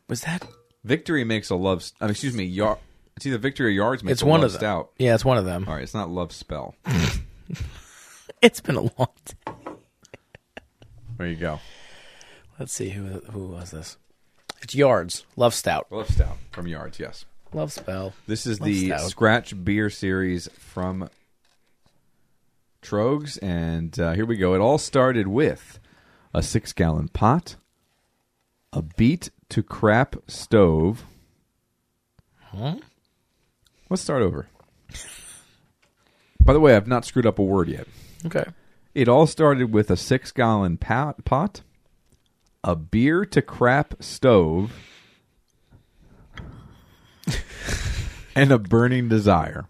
[SPEAKER 2] Was that?
[SPEAKER 1] Victory makes a love. St- I mean, excuse me. Yar- it's either victory or yards makes
[SPEAKER 2] It's
[SPEAKER 1] a
[SPEAKER 2] one
[SPEAKER 1] love
[SPEAKER 2] of them.
[SPEAKER 1] stout.
[SPEAKER 2] Yeah, it's one of them.
[SPEAKER 1] All right, it's not love spell.
[SPEAKER 2] It's been a long time.
[SPEAKER 1] There you go.
[SPEAKER 2] Let's see who who was this. It's Yards Love Stout.
[SPEAKER 1] Love Stout from Yards, yes.
[SPEAKER 2] Love Spell.
[SPEAKER 1] This is
[SPEAKER 2] Love
[SPEAKER 1] the
[SPEAKER 2] Stout.
[SPEAKER 1] Scratch Beer Series from Trogs. And uh, here we go. It all started with a six gallon pot, a beat to crap stove.
[SPEAKER 2] Huh?
[SPEAKER 1] Let's start over. By the way, I've not screwed up a word yet.
[SPEAKER 2] Okay.
[SPEAKER 1] It all started with a six gallon pot, pot a beer to crap stove, and a burning desire.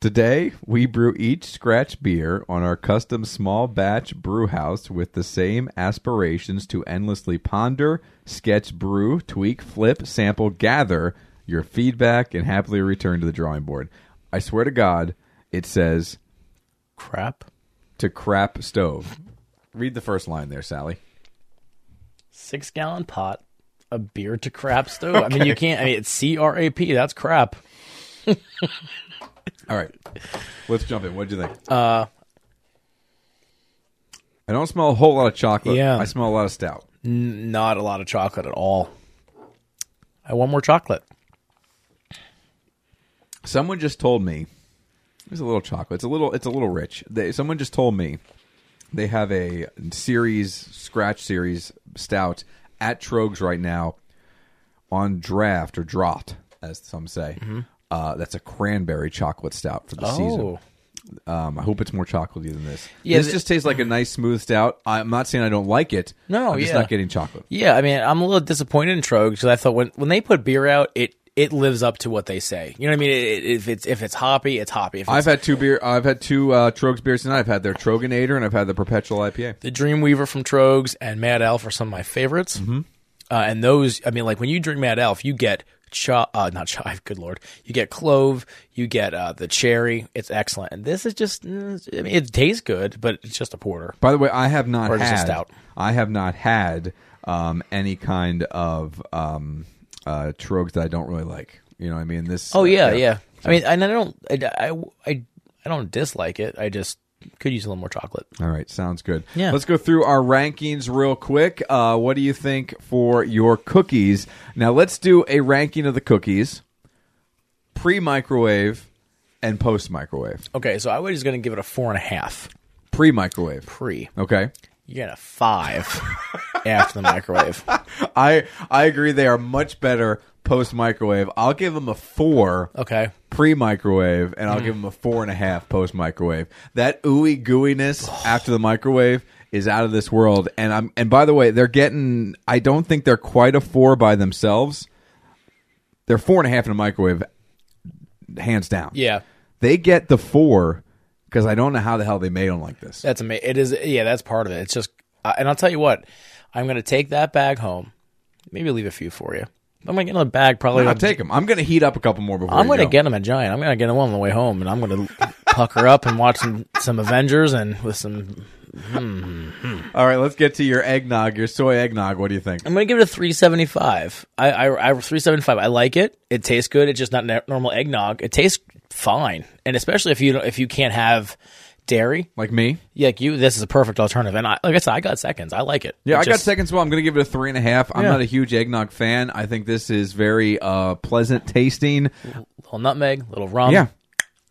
[SPEAKER 1] Today, we brew each scratch beer on our custom small batch brew house with the same aspirations to endlessly ponder, sketch, brew, tweak, flip, sample, gather your feedback, and happily return to the drawing board. I swear to God, it says
[SPEAKER 2] Crap.
[SPEAKER 1] to crap stove. Read the first line there, Sally.
[SPEAKER 2] Six gallon pot. A beer to crap stove. I mean, you can't. I mean, it's C R A P. That's crap.
[SPEAKER 1] All right, let's jump in. What'd you think?
[SPEAKER 2] Uh,
[SPEAKER 1] I don't smell a whole lot of chocolate.
[SPEAKER 2] Yeah.
[SPEAKER 1] I smell a lot of stout.
[SPEAKER 2] N- not a lot of chocolate at all. I want more chocolate.
[SPEAKER 1] Someone just told me there's a little chocolate. It's a little. It's a little rich. They, someone just told me they have a series scratch series stout at Trogs right now on draft or draught, as some say. Uh, that's a cranberry chocolate stout for the season.
[SPEAKER 2] Mm-hmm. Oh.
[SPEAKER 1] Um, I hope it's more chocolatey than this.
[SPEAKER 2] Yeah,
[SPEAKER 1] this
[SPEAKER 2] th-
[SPEAKER 1] just tastes like a nice smooth stout. I'm not saying I don't like it.
[SPEAKER 2] No,
[SPEAKER 1] I'm just
[SPEAKER 2] yeah.
[SPEAKER 1] not getting chocolate.
[SPEAKER 2] Yeah, I mean, I'm a little disappointed in Trogs because I thought when when they put beer out, it it lives up to what they say. You know what I mean? It, it, if it's if it's hoppy, it's hoppy. If it's
[SPEAKER 1] I've had two beer. I've had two uh, Trogs beers tonight. I've had their Troganator and I've had the Perpetual IPA.
[SPEAKER 2] the Dreamweaver from Trogs and Mad Elf are some of my favorites. Uh, and those, I mean, like when you drink Mad Elf, you get cho- uh, not chive, good lord, you get clove, you get uh, the cherry. It's excellent. And this is just, mm, I mean, it tastes good, but it's just a porter.
[SPEAKER 1] By the way, I have not
[SPEAKER 2] Or just a
[SPEAKER 1] had.
[SPEAKER 2] stout.
[SPEAKER 1] I have not had um, any kind of um, uh, Trogs that I don't really like. You know, what I mean this. uh,
[SPEAKER 2] Oh yeah, yeah. I mean, and I don't, I, I, I, I don't dislike it. I just could use a little more chocolate.
[SPEAKER 1] All right, sounds good.
[SPEAKER 2] Yeah.
[SPEAKER 1] Let's go through our rankings real quick. Uh, what do you think for your cookies? Now, let's do a ranking of the cookies pre microwave and post microwave.
[SPEAKER 2] Okay, so I was just gonna give it a four and a half
[SPEAKER 1] Pre microwave.
[SPEAKER 2] pre.
[SPEAKER 1] Okay.
[SPEAKER 2] You get a five after the microwave.
[SPEAKER 1] I I agree they are much better post microwave. I'll give them a four
[SPEAKER 2] Okay.
[SPEAKER 1] pre microwave, and
[SPEAKER 2] Mm.
[SPEAKER 1] I'll give them a four and a half post microwave. That ooey gooiness after the microwave is out of this world. And I'm and by the way, they're getting. I don't think they're quite a four by themselves. They're four and a half in a microwave, hands down.
[SPEAKER 2] Yeah.
[SPEAKER 1] they get the four because I don't know how the hell they made them like this.
[SPEAKER 2] That's amazing. It is. Yeah, that's part of it. It's just, uh, and I'll tell you what, I'm going to take that bag home. Maybe leave a few for you. I'm going to get another bag. Probably.
[SPEAKER 1] I'll take them. I'm going to heat up a couple more before
[SPEAKER 2] Um, I'm
[SPEAKER 1] going to
[SPEAKER 2] get him a giant. I'm going to get him on the way home, and I'm going to pucker up and watch some, some Avengers and with some.
[SPEAKER 1] All right, let's get to your eggnog, your soy eggnog. What do you think?
[SPEAKER 2] I'm going to give it a 375. I, I, I 375. I like it. It tastes good. It's just not na- normal eggnog. It tastes fine, and especially if you don't, if you can't have dairy,
[SPEAKER 1] Like me?
[SPEAKER 2] yeah, like you, this is a perfect alternative. And I, like I said, I got seconds. I like it.
[SPEAKER 1] Yeah,
[SPEAKER 2] It
[SPEAKER 1] I got
[SPEAKER 2] just-
[SPEAKER 1] second spot. I'm going to give it a three and a half. I'm not a huge eggnog fan. I think this is very uh, pleasant tasting.
[SPEAKER 2] little nutmeg, little rum.
[SPEAKER 1] yeah,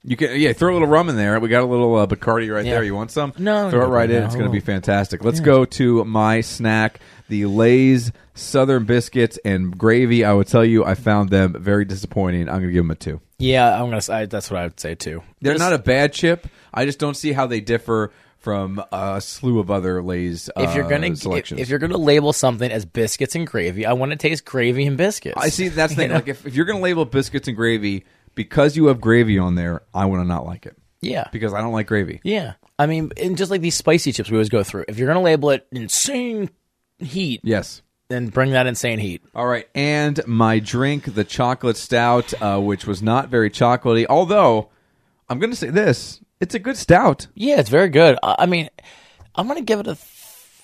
[SPEAKER 1] you can yeah throw a little rum in there. We got a little uh, Bacardi right there. You want some?
[SPEAKER 2] No,
[SPEAKER 1] throw it right in.
[SPEAKER 2] no.
[SPEAKER 1] It's going to be fantastic. Let's go to my snack, the Lay's Southern biscuits and gravy. I would tell you, I found them very disappointing. I'm going to give them a two.
[SPEAKER 2] Yeah, I'm gonna. I, that's what I would say too.
[SPEAKER 1] They're not a bad chip. I just don't see how they differ from a slew of other Lay's. Uh,
[SPEAKER 2] If you're gonna if,
[SPEAKER 1] selections.
[SPEAKER 2] if you're gonna label something as biscuits and gravy, I want to taste gravy and biscuits.
[SPEAKER 1] I see that's the thing. Like if, if you're gonna label biscuits and gravy because you have gravy on there, I want to not like it
[SPEAKER 2] Yeah,
[SPEAKER 1] because I don't like gravy.
[SPEAKER 2] yeah. I mean, and just like these spicy chips we always go through. If you're gonna label it insane heat,
[SPEAKER 1] Yes.
[SPEAKER 2] then bring that insane heat.
[SPEAKER 1] All right, and my drink, the chocolate stout, uh, which was not very chocolatey. Although I'm gonna say this, it's a good stout.
[SPEAKER 2] Yeah, it's very good. I, I mean, I'm gonna give it a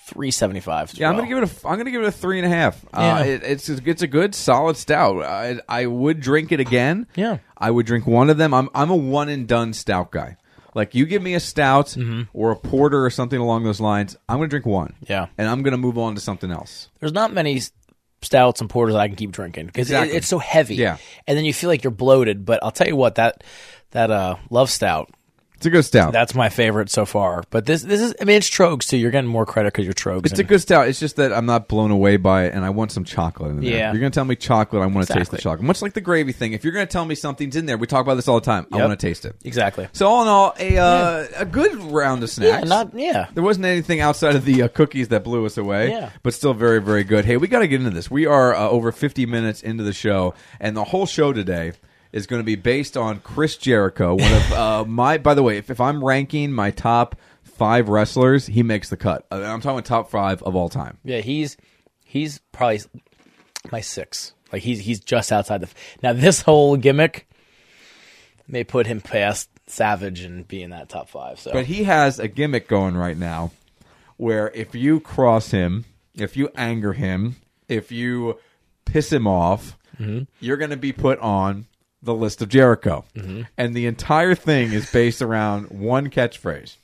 [SPEAKER 2] three seventy five.
[SPEAKER 1] Yeah, I'm gonna give it a. I'm gonna give it a three and a half.
[SPEAKER 2] Yeah.
[SPEAKER 1] Uh, it, it's it's a good solid stout. I, I would drink it again.
[SPEAKER 2] Yeah.
[SPEAKER 1] I would drink one of them. I'm I'm a one and done stout guy. Like you give me a stout
[SPEAKER 2] Mm-hmm.
[SPEAKER 1] or a porter or something along those lines, I'm gonna drink one.
[SPEAKER 2] Yeah.
[SPEAKER 1] and I'm gonna move on to something else.
[SPEAKER 2] There's not many s- stouts and porters that I can keep drinking because
[SPEAKER 1] Exactly.
[SPEAKER 2] it, it's so heavy.
[SPEAKER 1] Yeah.
[SPEAKER 2] and then you feel like you're bloated. But I'll tell you what that that uh love stout
[SPEAKER 1] It's a good stout.
[SPEAKER 2] That's my favorite so far. But this this is I mean it's trogs too. You're getting more credit because you're trogs.
[SPEAKER 1] it's a good stout. It's just that I'm not blown away by it, and I want some chocolate in there.
[SPEAKER 2] Yeah.
[SPEAKER 1] You're gonna tell me chocolate, I want to taste the
[SPEAKER 2] Exactly.
[SPEAKER 1] chocolate. Much like the gravy thing. If you're gonna tell me something's in there, we talk about this all the time. I
[SPEAKER 2] Yep.
[SPEAKER 1] want to taste it.
[SPEAKER 2] exactly.
[SPEAKER 1] So all in all, a uh, a good round of
[SPEAKER 2] Yeah,
[SPEAKER 1] snacks.
[SPEAKER 2] not yeah.
[SPEAKER 1] There wasn't anything outside of the uh, cookies that blew us away,
[SPEAKER 2] Yeah.
[SPEAKER 1] but still very, very good. Hey, we got to get into this. We are uh, over 50 minutes into the show, and the whole show today is going to be based on Chris Jericho. One of uh, my, by the way, if, if I'm ranking my top five wrestlers, he makes the cut. Uh, I'm talking top five of all time.
[SPEAKER 2] Yeah, he's he's probably my six. Like he's he's just outside the. Now this whole gimmick may put him past Savage and be in that top five. So
[SPEAKER 1] But he has a gimmick going right now where if you cross him, if you anger him, if you piss him off, you're going to be put on the list of Jericho. And the entire thing is based around one catchphrase.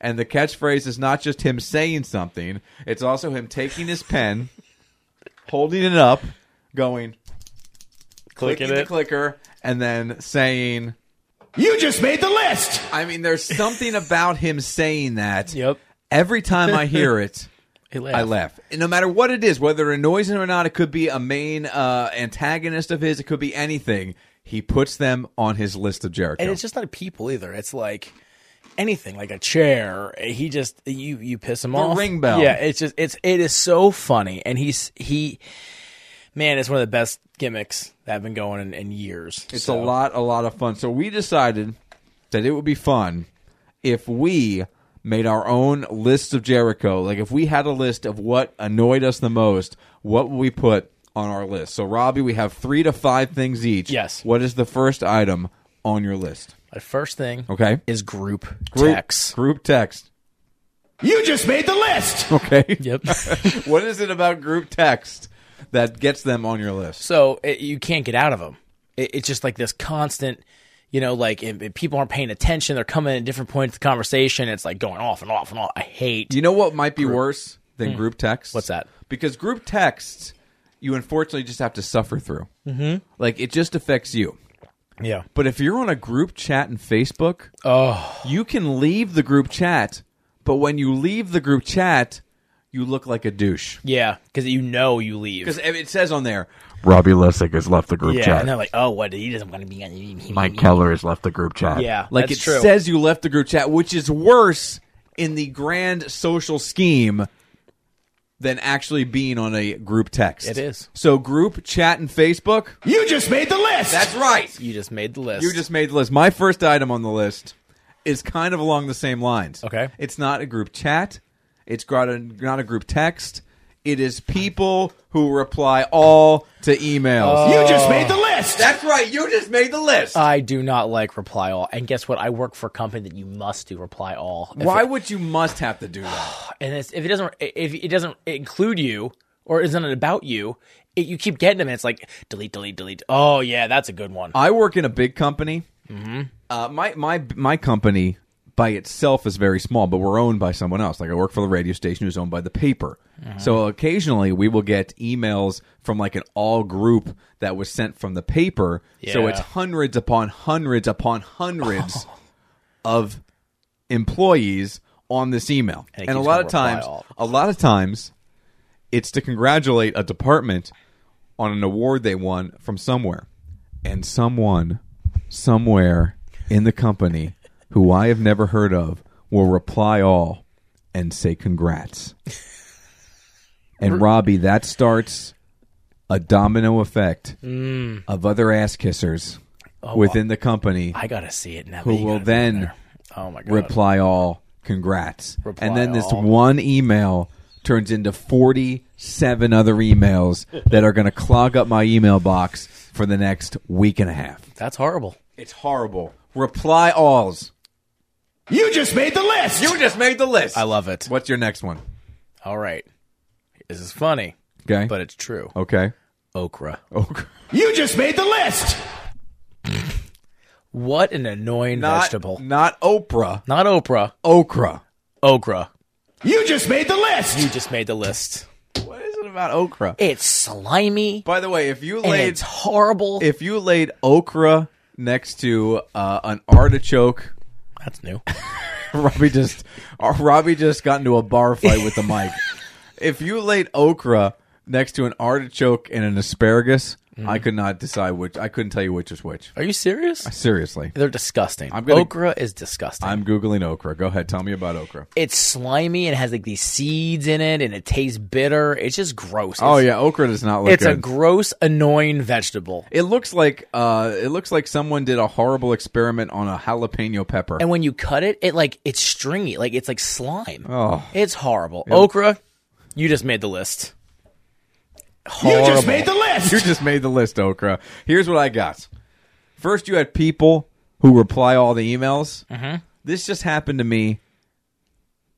[SPEAKER 1] And the catchphrase is not just him saying something, it's also him taking his pen, holding it up, going, clicking the clicker, and then saying,
[SPEAKER 4] You just made the list.
[SPEAKER 1] I mean, there's something about him saying that.
[SPEAKER 2] Yep.
[SPEAKER 1] Every time I hear it,
[SPEAKER 2] He laughed.
[SPEAKER 1] I laugh. And no matter what it is, whether it annoys him or not, it could be a main uh, antagonist of his, it could be anything. He puts them on his list of Jericho.
[SPEAKER 2] and it's just not people either. It's like anything, like a chair. He just you you piss him off.
[SPEAKER 1] ring bell.
[SPEAKER 2] Yeah, it's just it's it is so funny, and he's he, man, it's one of the best gimmicks that have been going in, in years.
[SPEAKER 1] It's a
[SPEAKER 2] So,
[SPEAKER 1] lot, a lot of fun. So we decided that it would be fun if we made our own list of Jericho. Like if we had a list of what annoyed us the most, what would we put on our list? So Robbie, we have three to five things each.
[SPEAKER 2] Yes.
[SPEAKER 1] What is the first item on your list?
[SPEAKER 2] My first thing
[SPEAKER 1] Okay.
[SPEAKER 2] is group,
[SPEAKER 1] Group-
[SPEAKER 2] text.
[SPEAKER 1] Group text.
[SPEAKER 4] You just made the list.
[SPEAKER 1] Okay.
[SPEAKER 2] Yep.
[SPEAKER 1] what is it about group text that gets them on your list?
[SPEAKER 2] so it, you can't get out of them. It, it's just like this constant. you know, like if, if people aren't paying attention, they're coming at different points of the conversation. It's like going off and off and off. I hate.
[SPEAKER 1] You know what might be worse than group texts?
[SPEAKER 2] Hmm. What's that?
[SPEAKER 1] Because group texts, you unfortunately just have to suffer through. Mm-hmm. Like it just affects you.
[SPEAKER 2] Yeah.
[SPEAKER 1] But if you're on a group chat in Facebook,
[SPEAKER 2] Oh.
[SPEAKER 1] you can leave the group chat. But when you leave the group chat, you look like a douche
[SPEAKER 2] Yeah, because you know you leave.
[SPEAKER 1] because it says on there.
[SPEAKER 3] Robbie Lessig has left the group
[SPEAKER 2] Yeah,
[SPEAKER 3] chat.
[SPEAKER 2] and they're like, oh, what? He doesn't want to be on.
[SPEAKER 3] Mike Keller has left the group chat.
[SPEAKER 2] Yeah,
[SPEAKER 1] Like
[SPEAKER 2] that's
[SPEAKER 1] it
[SPEAKER 2] true.
[SPEAKER 1] says you left the group chat, which is worse in the grand social scheme than actually being on a group text.
[SPEAKER 2] It is.
[SPEAKER 1] So group chat and Facebook.
[SPEAKER 4] You just made the list.
[SPEAKER 1] That's right.
[SPEAKER 2] you just made the list.
[SPEAKER 1] You just made the list. My first item on the list is kind of along the same lines.
[SPEAKER 2] Okay.
[SPEAKER 1] It's not a group chat. It's got a, not a group text. It is people who reply all to emails.
[SPEAKER 4] you just made the list.
[SPEAKER 1] That's right. You just made the list.
[SPEAKER 2] I do not like reply all. And guess what? I work for a company that you must do reply all. If
[SPEAKER 1] Why
[SPEAKER 2] it-
[SPEAKER 1] would you must have to do that?
[SPEAKER 2] and it's, if it doesn't if it doesn't include you or isn't about you, it, you keep getting them. And it's like delete, delete, delete. Oh yeah, that's a good one.
[SPEAKER 1] I work in a big company. Uh, my my my company by itself is very small, but we're owned by someone else. Like I work for the radio station who's owned by the paper. So occasionally we will get emails from like an all group that was sent from the paper. So
[SPEAKER 2] Yeah.
[SPEAKER 1] it's hundreds upon hundreds upon hundreds of employees on this email.
[SPEAKER 2] And it
[SPEAKER 1] And, a
[SPEAKER 2] keeps
[SPEAKER 1] lot
[SPEAKER 2] gonna
[SPEAKER 1] of
[SPEAKER 2] reply
[SPEAKER 1] times
[SPEAKER 2] all.
[SPEAKER 1] a lot of times it's to congratulate a department on an award they won from somewhere. And someone somewhere in the company who I have never heard of will reply all and say congrats. And Robbie, that starts a domino effect of other ass kissers within the company
[SPEAKER 2] Mm. Oh, I gotta see it now.
[SPEAKER 1] who will then
[SPEAKER 2] Oh my god.
[SPEAKER 1] reply all congrats
[SPEAKER 2] Reply
[SPEAKER 1] and then this
[SPEAKER 2] all.
[SPEAKER 1] one email turns into 47 other emails that are going to clog up my email box for the next week and a half
[SPEAKER 2] that's horrible.
[SPEAKER 1] it's horrible reply alls
[SPEAKER 4] You just made the list.
[SPEAKER 1] you just made the list
[SPEAKER 2] I love it.
[SPEAKER 1] what's your next one
[SPEAKER 2] All right, this is funny,
[SPEAKER 1] okay
[SPEAKER 2] but it's true.
[SPEAKER 1] okay
[SPEAKER 2] Okra.
[SPEAKER 1] okay
[SPEAKER 4] you just made the list.
[SPEAKER 2] What an annoying
[SPEAKER 1] not,
[SPEAKER 2] vegetable.
[SPEAKER 1] not oprah
[SPEAKER 2] Not Oprah.
[SPEAKER 1] okra
[SPEAKER 2] Okra.
[SPEAKER 4] You just made the list.
[SPEAKER 2] You just made the list.
[SPEAKER 1] what is it about okra
[SPEAKER 2] It's slimy.
[SPEAKER 1] by the way if you
[SPEAKER 2] And
[SPEAKER 1] laid
[SPEAKER 2] it's horrible.
[SPEAKER 1] if you laid okra next to uh, an artichoke
[SPEAKER 2] That's new.
[SPEAKER 1] Robbie just uh, Robbie just got into a bar fight with the mic. if you laid okra next to an artichoke and an asparagus,
[SPEAKER 2] Mm-hmm.
[SPEAKER 1] I could not decide which. I couldn't tell you which is which.
[SPEAKER 2] Are you serious?
[SPEAKER 1] Seriously,
[SPEAKER 2] They're disgusting.
[SPEAKER 1] gonna-
[SPEAKER 2] Okra is disgusting.
[SPEAKER 1] I'm googling okra. Go ahead, tell me about okra.
[SPEAKER 2] it's slimy and has like these seeds in it, and it tastes bitter. It's just gross.
[SPEAKER 1] Oh
[SPEAKER 2] It's-
[SPEAKER 1] yeah, okra does not look.
[SPEAKER 2] it's a
[SPEAKER 1] good.
[SPEAKER 2] gross, annoying vegetable.
[SPEAKER 1] it looks like uh, it looks like someone did a horrible experiment on a jalapeno pepper.
[SPEAKER 2] And when you cut it, it like it's stringy, like it's like slime.
[SPEAKER 1] Oh.
[SPEAKER 2] It's horrible. Okra, you just made the list.
[SPEAKER 4] You
[SPEAKER 2] Horrible.
[SPEAKER 4] just made the list.
[SPEAKER 1] you just made the list, okra. Here's what I got. First, you had people who reply all the emails. Mm-hmm. This just happened to me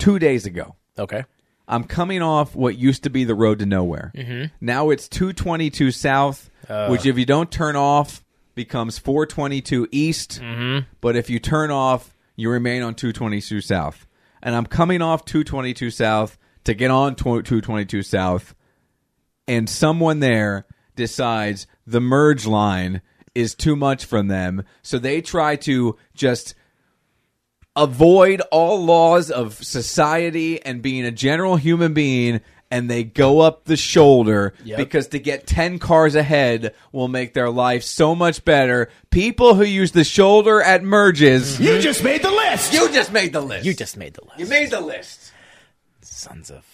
[SPEAKER 1] two days ago.
[SPEAKER 2] okay.
[SPEAKER 1] I'm coming off what used to be the road to nowhere. Now it's 222 South, which if you don't turn off becomes 422 East. But if you turn off, you remain on 222 South. And I'm coming off 222 South to get on tw- 222 South, and someone there decides the merge line is too much from them, so they try to just avoid all laws of society and being a general human being and they go up the shoulder because to get 10 cars ahead will make their life so much better people who use the shoulder at merges
[SPEAKER 4] You just made the list.
[SPEAKER 1] you just made the list
[SPEAKER 2] You just made the list.
[SPEAKER 1] You made the list
[SPEAKER 2] Sons of.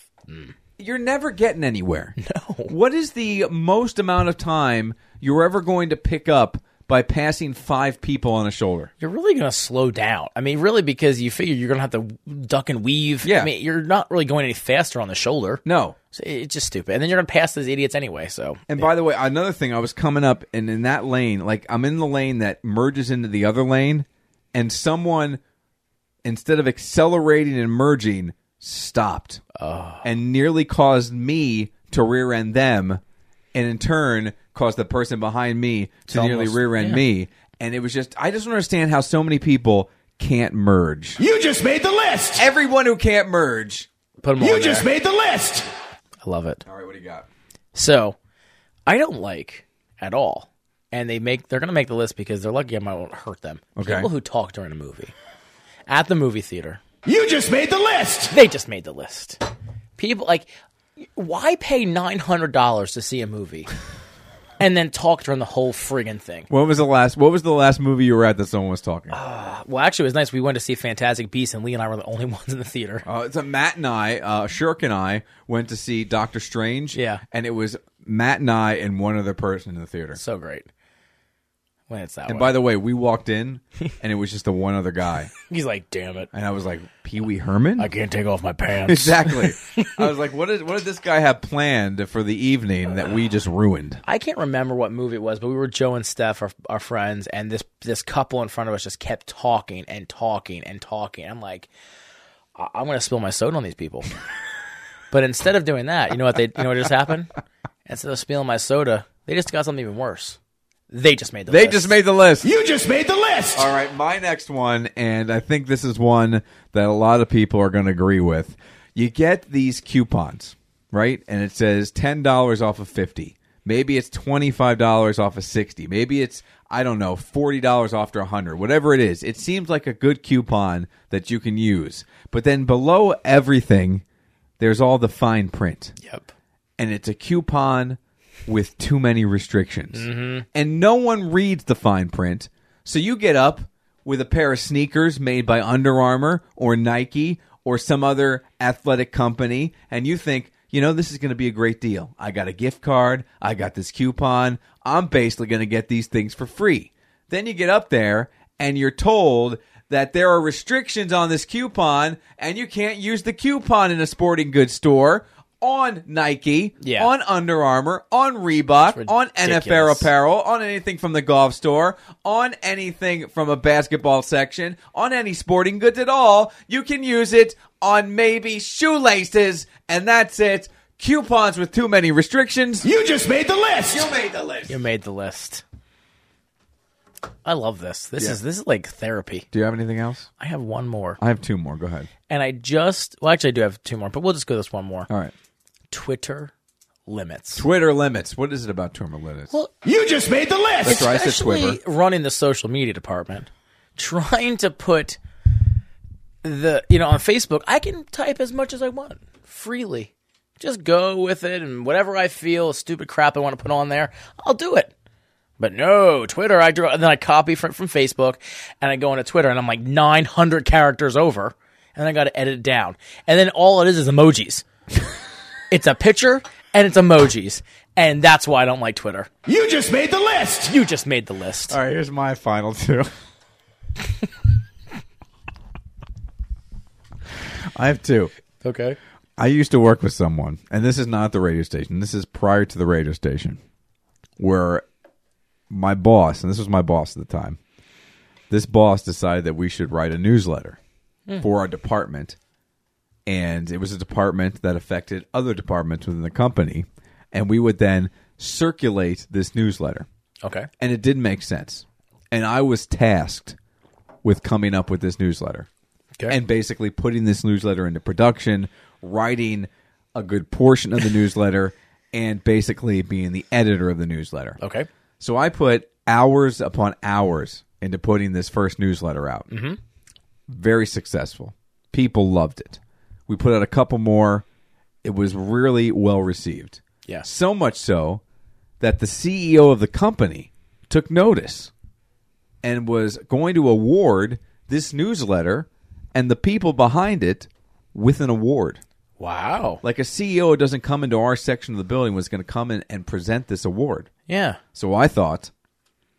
[SPEAKER 1] you're never getting anywhere no what is the most amount of time you're ever going to pick up by passing five people on a shoulder
[SPEAKER 2] You're really going to slow down. I mean, really, because you figure you're going to have to duck and weave.
[SPEAKER 1] Yeah.
[SPEAKER 2] I mean, you're not really going any faster on the shoulder.
[SPEAKER 1] no
[SPEAKER 2] So it's just stupid. And then you're going to pass those idiots anyway. So
[SPEAKER 1] And by the way, another thing, I was coming up and in that lane, like I'm in the lane that merges into the other lane, and someone, instead of accelerating and merging, stopped and nearly caused me to rear end them, and in turn caused the person behind me to nearly
[SPEAKER 2] almost-
[SPEAKER 1] rear end me. and it was just I just don't understand how so many people can't merge.
[SPEAKER 4] You just made the list.
[SPEAKER 1] Everyone who can't merge.
[SPEAKER 2] Put them all
[SPEAKER 4] You
[SPEAKER 2] in
[SPEAKER 4] just
[SPEAKER 2] there.
[SPEAKER 4] made the list.
[SPEAKER 2] I love it.
[SPEAKER 1] All right, what do you got?
[SPEAKER 2] So I don't like at all. And they make they're gonna make the list because they're lucky I might won't hurt them.
[SPEAKER 1] Okay.
[SPEAKER 2] People who talk during a movie. At the movie theater.
[SPEAKER 4] You just made the list.
[SPEAKER 2] They just made the list. People like why pay nine hundred dollars to see a movie and then talk during the whole friggin' thing?
[SPEAKER 1] When was the last? What was the last movie you were at that someone was talking?
[SPEAKER 2] Well, actually, it was nice. We went to see Fantastic Beasts, and Lee and I were the only ones in the theater.
[SPEAKER 1] Uh, so Matt and I, uh, Shirk and I, went to see Doctor Strange.
[SPEAKER 2] Yeah.
[SPEAKER 1] and it was Matt and I and one other person in the theater.
[SPEAKER 2] So great. When it's that
[SPEAKER 1] And
[SPEAKER 2] way.
[SPEAKER 1] by the way, we walked in, and it was just the one other guy,
[SPEAKER 2] He's like, damn it.
[SPEAKER 1] and I was like, Pee Wee Herman.
[SPEAKER 2] I can't take off my pants.
[SPEAKER 1] exactly. I was like, what is what did this guy have planned for the evening that we just ruined?
[SPEAKER 2] I can't remember what movie it was, but we were Joe and Steph, our, our friends, and this this couple in front of us just kept talking and talking and talking. I'm like, I- I'm gonna spill my soda on these people. but instead of doing that, you know what they you know what just happened? Instead of spilling my soda, they just got something even worse. They just made the
[SPEAKER 1] They
[SPEAKER 2] list.
[SPEAKER 1] just made the list.
[SPEAKER 4] You just made the list.
[SPEAKER 1] All right, my next one, and I think this is one that a lot of people are going to agree with. You get these coupons, right? And it says ten dollars off of fifty. Maybe it's twenty five dollars off of sixty. Maybe it's I don't know forty dollars off to hundred. Whatever it is, it seems like a good coupon that you can use. But then below everything, there's all the fine print
[SPEAKER 2] Yep.
[SPEAKER 1] and it's a coupon with too many restrictions. And no one reads the fine print. So you get up with a pair of sneakers made by Under Armour or Nike or some other athletic company, and you think, you know, this is going to be a great deal. I got a gift card. I got this coupon. I'm basically going to get these things for free. Then you get up there and you're told that there are restrictions on this coupon and you can't use the coupon in a sporting goods store on Nike,
[SPEAKER 2] Yeah.
[SPEAKER 1] on Under Armour, on Reebok, on NFL
[SPEAKER 2] ridiculous.
[SPEAKER 1] apparel, on anything from the golf store, on anything from a basketball section, on any sporting goods at all. You can use it on maybe shoelaces and that's it. Coupons with too many restrictions.
[SPEAKER 4] You just made the list.
[SPEAKER 1] You made the list.
[SPEAKER 2] You made the list. I love this. This is this is like therapy.
[SPEAKER 1] Do you have anything else?
[SPEAKER 2] I have one more.
[SPEAKER 1] I have two more. Go ahead.
[SPEAKER 2] And I just well actually I do have two more, but we'll just go this one more.
[SPEAKER 1] All right.
[SPEAKER 2] Twitter limits.
[SPEAKER 1] Twitter limits. What is it about Twitter limits?
[SPEAKER 2] Well,
[SPEAKER 4] You just made the list.
[SPEAKER 1] That's right. I said
[SPEAKER 2] especially
[SPEAKER 1] Twitter.
[SPEAKER 2] running the social media department, trying to put the you know on Facebook, I can type as much as I want freely. Just go with it, and whatever I feel, stupid crap I want to put on there, I'll do it. But no, Twitter. I draw, and then I copy from from Facebook, and I go into Twitter, and I'm like 900 characters over, and I got to edit it down, and then all it is is emojis. it's a picture and it's emojis, and that's why I don't like Twitter.
[SPEAKER 4] You just made the list.
[SPEAKER 2] You just made the list.
[SPEAKER 1] All right, here's my final two. I have two.
[SPEAKER 2] Okay.
[SPEAKER 1] I used to work with someone, and this is not the radio station. This is prior to the radio station, where my boss, and this was my boss at the time, this boss decided that we should write a newsletter for our department. And it was a department that affected other departments within the company. And we would then circulate this newsletter.
[SPEAKER 2] Okay.
[SPEAKER 1] and it did make sense. And I was tasked with coming up with this newsletter
[SPEAKER 2] Okay.
[SPEAKER 1] and basically putting this newsletter into production, writing a good portion of the newsletter, and basically being the editor of the newsletter.
[SPEAKER 2] Okay.
[SPEAKER 1] So I put hours upon hours into putting this first newsletter out. Mm-hmm. Very successful. People loved it. We put out a couple more. It was really well received.
[SPEAKER 2] Yeah.
[SPEAKER 1] So much so that the CEO of the company took notice and was going to award this newsletter and the people behind it with an award.
[SPEAKER 2] Wow.
[SPEAKER 1] Like a CEO who doesn't come into our section of the building was going to come in and present this award.
[SPEAKER 2] Yeah.
[SPEAKER 1] So I thought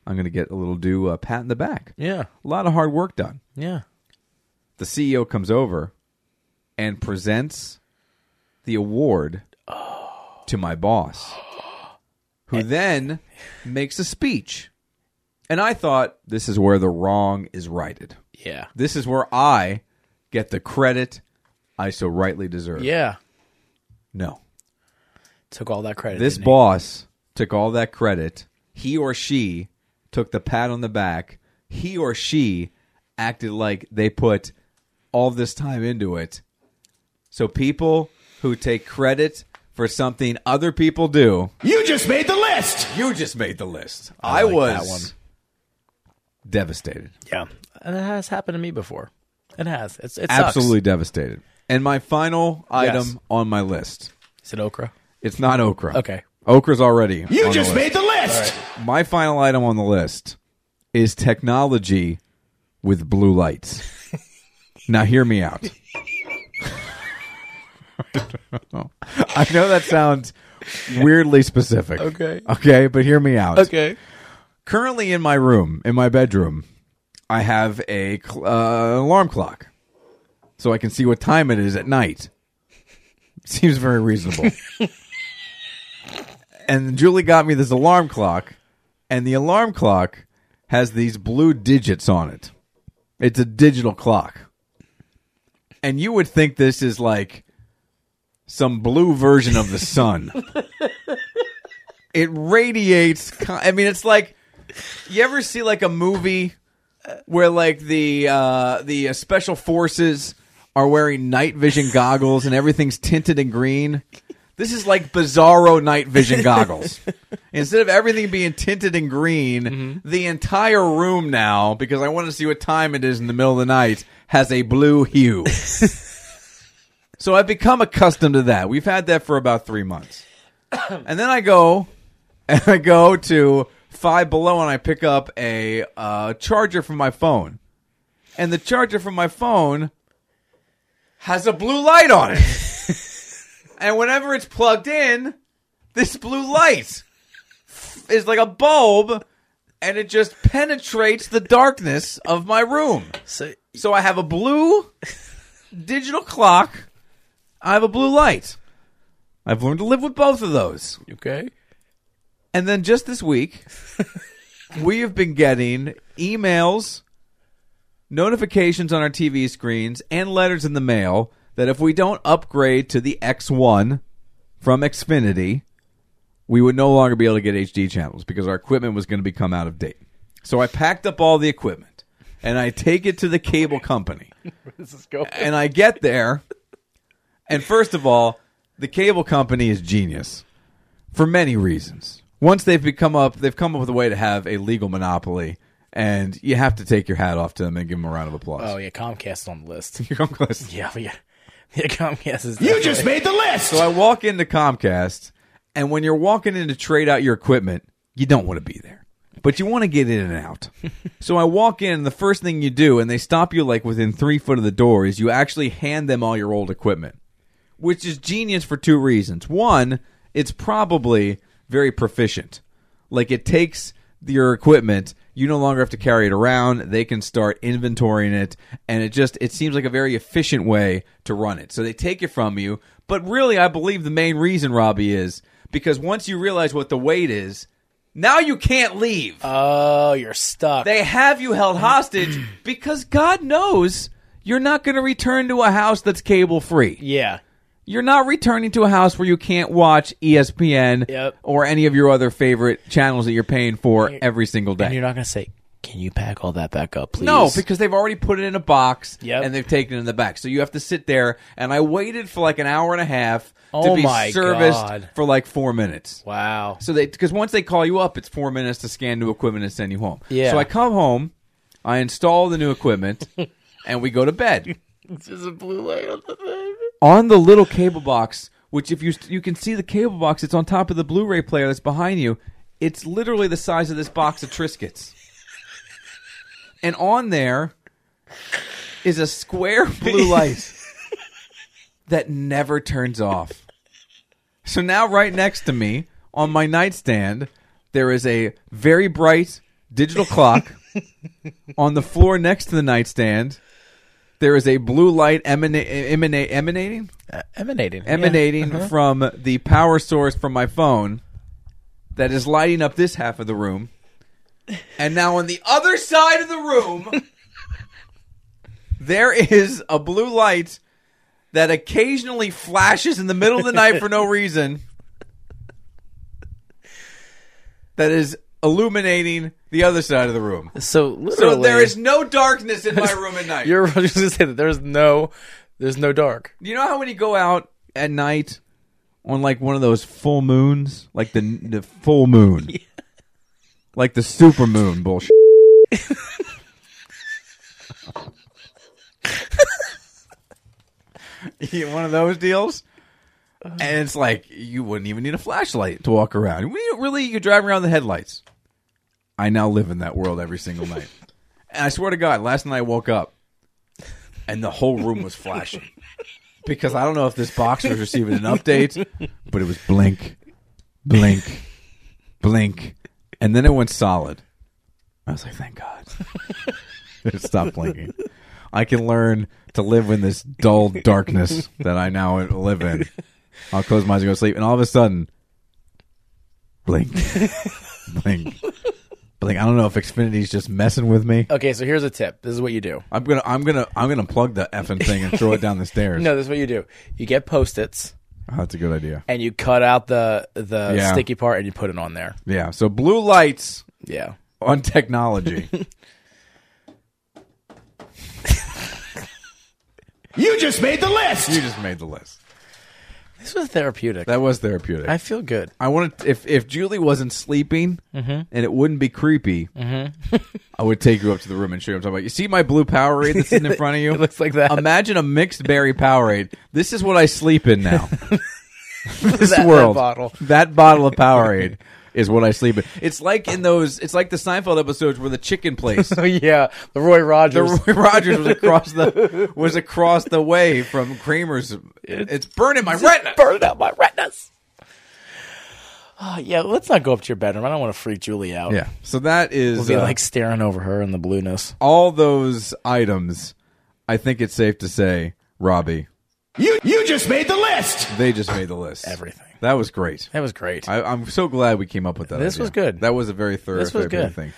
[SPEAKER 1] I'm going to get a little due uh, pat in the back.
[SPEAKER 2] Yeah.
[SPEAKER 1] A lot of hard work done.
[SPEAKER 2] Yeah.
[SPEAKER 1] The CEO comes over and presents the award to my boss, who then makes a speech. And I thought this is where the wrong is righted.
[SPEAKER 2] Yeah.
[SPEAKER 1] This is where I get the credit I so rightly deserve.
[SPEAKER 2] Yeah.
[SPEAKER 1] No.
[SPEAKER 2] Took all that credit.
[SPEAKER 1] This
[SPEAKER 2] didn't he?
[SPEAKER 1] boss took all that credit. He or she took the pat on the back, he or she acted like they put all this time into it. So people who take credit for something other people do,
[SPEAKER 4] You just made the list.
[SPEAKER 1] you just made the list. I,
[SPEAKER 2] like
[SPEAKER 1] was
[SPEAKER 2] that one.
[SPEAKER 1] devastated.
[SPEAKER 2] Yeah, and it has happened to me before. It has. It's it sucks.
[SPEAKER 1] Absolutely devastated. And my final item on my list.
[SPEAKER 2] Is it okra?
[SPEAKER 1] It's not okra.
[SPEAKER 2] Okay.
[SPEAKER 1] Okra's already.
[SPEAKER 4] You
[SPEAKER 1] on the
[SPEAKER 4] just
[SPEAKER 1] list.
[SPEAKER 4] made the list.
[SPEAKER 1] My final item on the list is technology with blue lights. now, hear me out. I know that sounds weirdly specific.
[SPEAKER 2] Okay.
[SPEAKER 1] Okay, but hear me out.
[SPEAKER 2] Okay.
[SPEAKER 1] Currently in my room, in my bedroom, I have a cl- uh, alarm clock so I can see what time it is at night. Seems very reasonable. and Julie got me this alarm clock, and the alarm clock has these blue digits on it. It's a digital clock. And you would think this is like some blue version of the sun. it radiates. co- I mean, it's like you ever see like a movie where like the uh, the uh, special forces are wearing night vision goggles and everything's tinted in green. This is like bizarro night vision goggles. Instead of everything being tinted in green, the entire room now, because I want to see what time it is in the middle of the night, has a blue hue. so I've become accustomed to that. We've had that for about three months. And then I go and I go to Five Below and I pick up a uh, charger for my phone. And the charger for my phone has a blue light on it. and whenever it's plugged in, this blue light is like a bulb and it just penetrates the darkness of my room.
[SPEAKER 2] So
[SPEAKER 1] So I have a blue digital clock. I have a blue light. I've learned to live with both of those.
[SPEAKER 2] okay.
[SPEAKER 1] And then just this week, we have been getting emails, notifications on our TV screens, and letters in the mail that if we don't upgrade to the X1 from Xfinity, we would no longer be able to get HD channels because our equipment was going to become out of date. So I packed up all the equipment and I take it to the cable company
[SPEAKER 2] This is going.
[SPEAKER 1] and I get there, and first of all, the cable company is genius for many reasons. Once they've become up, they've come up with a way to have a legal monopoly, and you have to take your hat off to them and give them a round of applause.
[SPEAKER 2] Oh yeah, Comcast is on the list.
[SPEAKER 1] Here comes Chris.
[SPEAKER 2] Yeah, yeah. Yeah, Comcast is.
[SPEAKER 4] You just made the list.
[SPEAKER 1] So I walk into Comcast, and when you're walking in to trade out your equipment, you don't want to be there, but you want to get in and out. so I walk in, and the first thing you do, and they stop you like within three foot of the door, is you actually hand them all your old equipment, which is genius for two reasons. One, it's probably very proficient. Like it takes your equipment. You no longer have to carry it around. They can start inventorying it, and it just it seems like a very efficient way to run it. So they take it from you, but really, I believe the main reason, Robbie, is because once you realize what the weight is, now you can't leave.
[SPEAKER 2] Oh, you're stuck.
[SPEAKER 1] they have you held hostage because God knows you're not going to return to a house that's cable free
[SPEAKER 2] yeah.
[SPEAKER 1] you're not returning to a house where you can't watch E ESPN
[SPEAKER 2] Yep.
[SPEAKER 1] or any of your other favorite channels that you're paying for every single
[SPEAKER 2] And
[SPEAKER 1] day.
[SPEAKER 2] you're not gonna say, "Can you pack all that back up, please?"
[SPEAKER 1] No, because they've already put it in a box
[SPEAKER 2] Yep.
[SPEAKER 1] and they've taken it in the back. So you have to sit there. And I waited for like an hour and a half to
[SPEAKER 2] Oh
[SPEAKER 1] be
[SPEAKER 2] my
[SPEAKER 1] serviced
[SPEAKER 2] God.
[SPEAKER 1] for like four minutes.
[SPEAKER 2] wow.
[SPEAKER 1] So they because once they call you up, it's four minutes to scan new equipment and send you home.
[SPEAKER 2] Yeah.
[SPEAKER 1] So I come home, I install the new equipment, and we go to bed.
[SPEAKER 2] There's a blue light on the thing.
[SPEAKER 1] on the little cable box, which if you you can see the cable box, it's on top of the Blu-ray player that's behind you. It's literally the size of this box of Triscuits. And on there is a square blue light that never turns off. So now right next to me on my nightstand there is a very bright digital clock. on the floor next to the nightstand there is a blue light emana- emana- emanating
[SPEAKER 2] Emanating.
[SPEAKER 1] emanating from the power source from my phone that is lighting up this half of the room. And now on the other side of the room, there is a blue light that occasionally flashes in the middle of the night for no reason. That is illuminating the other side of the room.
[SPEAKER 2] So literally,
[SPEAKER 1] So there is no darkness in my room at night.
[SPEAKER 2] You're I was just gonna say that there's no, there's no dark.
[SPEAKER 1] you know how when you go out at night on like one of those full moons, like the, the full moon, like the super moon bullshit. You get one of those deals, and it's like you wouldn't even need a flashlight to walk around. We really you're driving around with headlights. I now live in that world every single night, and I swear to God, last night I woke up, and the whole room was flashing because I don't know if this box was receiving an update, but it was blink, blink, blink, and then it went solid. I was like, thank God. it stopped blinking. I can learn to live in this dull darkness that I now live in. I'll close my eyes and go to sleep, and all of a sudden, blink, blink, blink. I don't know if Xfinity's just messing with me.
[SPEAKER 2] Okay, so here's a tip. This is what you do.
[SPEAKER 1] I'm gonna, I'm gonna, I'm gonna plug the effing thing and throw it down the stairs.
[SPEAKER 2] No, this is what you do. You get post its
[SPEAKER 1] Oh, that's a good idea.
[SPEAKER 2] and you cut out the the
[SPEAKER 1] Yeah.
[SPEAKER 2] sticky part and you put it on there.
[SPEAKER 1] Yeah. So blue lights
[SPEAKER 2] Yeah.
[SPEAKER 1] on technology.
[SPEAKER 4] You just made the
[SPEAKER 1] you
[SPEAKER 4] list.
[SPEAKER 1] just made the list.
[SPEAKER 2] This was therapeutic.
[SPEAKER 1] That was therapeutic.
[SPEAKER 2] I
[SPEAKER 1] I,
[SPEAKER 2] feel good.
[SPEAKER 1] want to. If if Julie wasn't sleeping
[SPEAKER 2] Mm-hmm.
[SPEAKER 1] and it wouldn't be creepy, I would take you up to the room and show you. What I'm talking about. You see my blue Powerade that's sitting in front of you.
[SPEAKER 2] It looks like that.
[SPEAKER 1] Imagine a mixed berry Powerade. This is what I sleep in now. this
[SPEAKER 2] That- that
[SPEAKER 1] world
[SPEAKER 2] bottle.
[SPEAKER 1] That bottle of Powerade is what I sleep in. It's like in those. It's like the Seinfeld episodes where the chicken place.
[SPEAKER 2] Oh yeah, the Roy Rogers.
[SPEAKER 1] The Roy Rogers was across the was across the way from Kramer's. It's burning my retina.
[SPEAKER 2] burning out my retinas. Oh, yeah, let's not go up to your bedroom. I don't want to freak Julie out.
[SPEAKER 1] Yeah. So that is,
[SPEAKER 2] We'll be
[SPEAKER 1] uh,
[SPEAKER 2] like staring over her in the blueness.
[SPEAKER 1] all those items. I think it's safe to say, Robbie,
[SPEAKER 4] You you just made the list.
[SPEAKER 1] they just made the list.
[SPEAKER 2] Everything.
[SPEAKER 1] That was great.
[SPEAKER 2] That was great.
[SPEAKER 1] I, I'm so glad we came up with that.
[SPEAKER 2] This
[SPEAKER 1] idea.
[SPEAKER 2] was good.
[SPEAKER 1] That was a very thorough
[SPEAKER 2] This was
[SPEAKER 1] therapeutic
[SPEAKER 2] good.
[SPEAKER 1] thing.